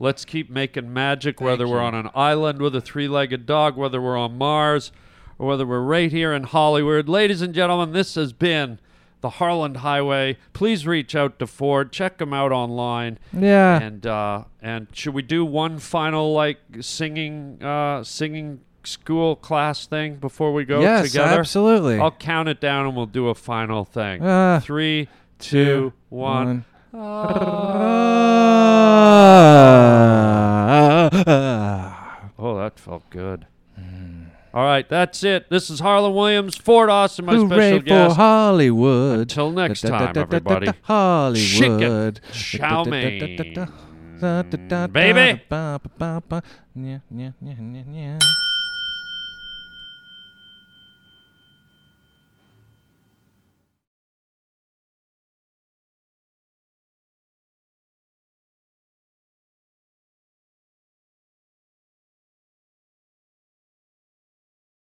A: Let's keep making magic, whether we're on an island with a three legged dog, whether we're on Mars, or whether we're right here in Hollywood. Ladies and gentlemen, this has been the Harland Highway. Please reach out to Ford. Check him out online.
H: Yeah.
A: And uh, and should we do one final like singing uh, singing school class thing before we go
H: Yes,
A: together?
H: absolutely.
A: I'll count it down and we'll do a final thing.
H: Ah.
A: Three, two, one.
H: One. Ah.
A: Oh, that felt good. All right, that's it. This is Harlan Williams, Ford Austin, my
H: Hooray
A: special
H: for
A: guest.
H: Hollywood.
A: Until next time,
H: Da-da-da-da-da-da-da,
A: everybody.
H: Hollywood.
A: Chicken chow mein.
H: Da-da-da-da-da-da.
A: Baby.
H: Ba-ba-ba-ba. Yeah, yeah, yeah, yeah, yeah.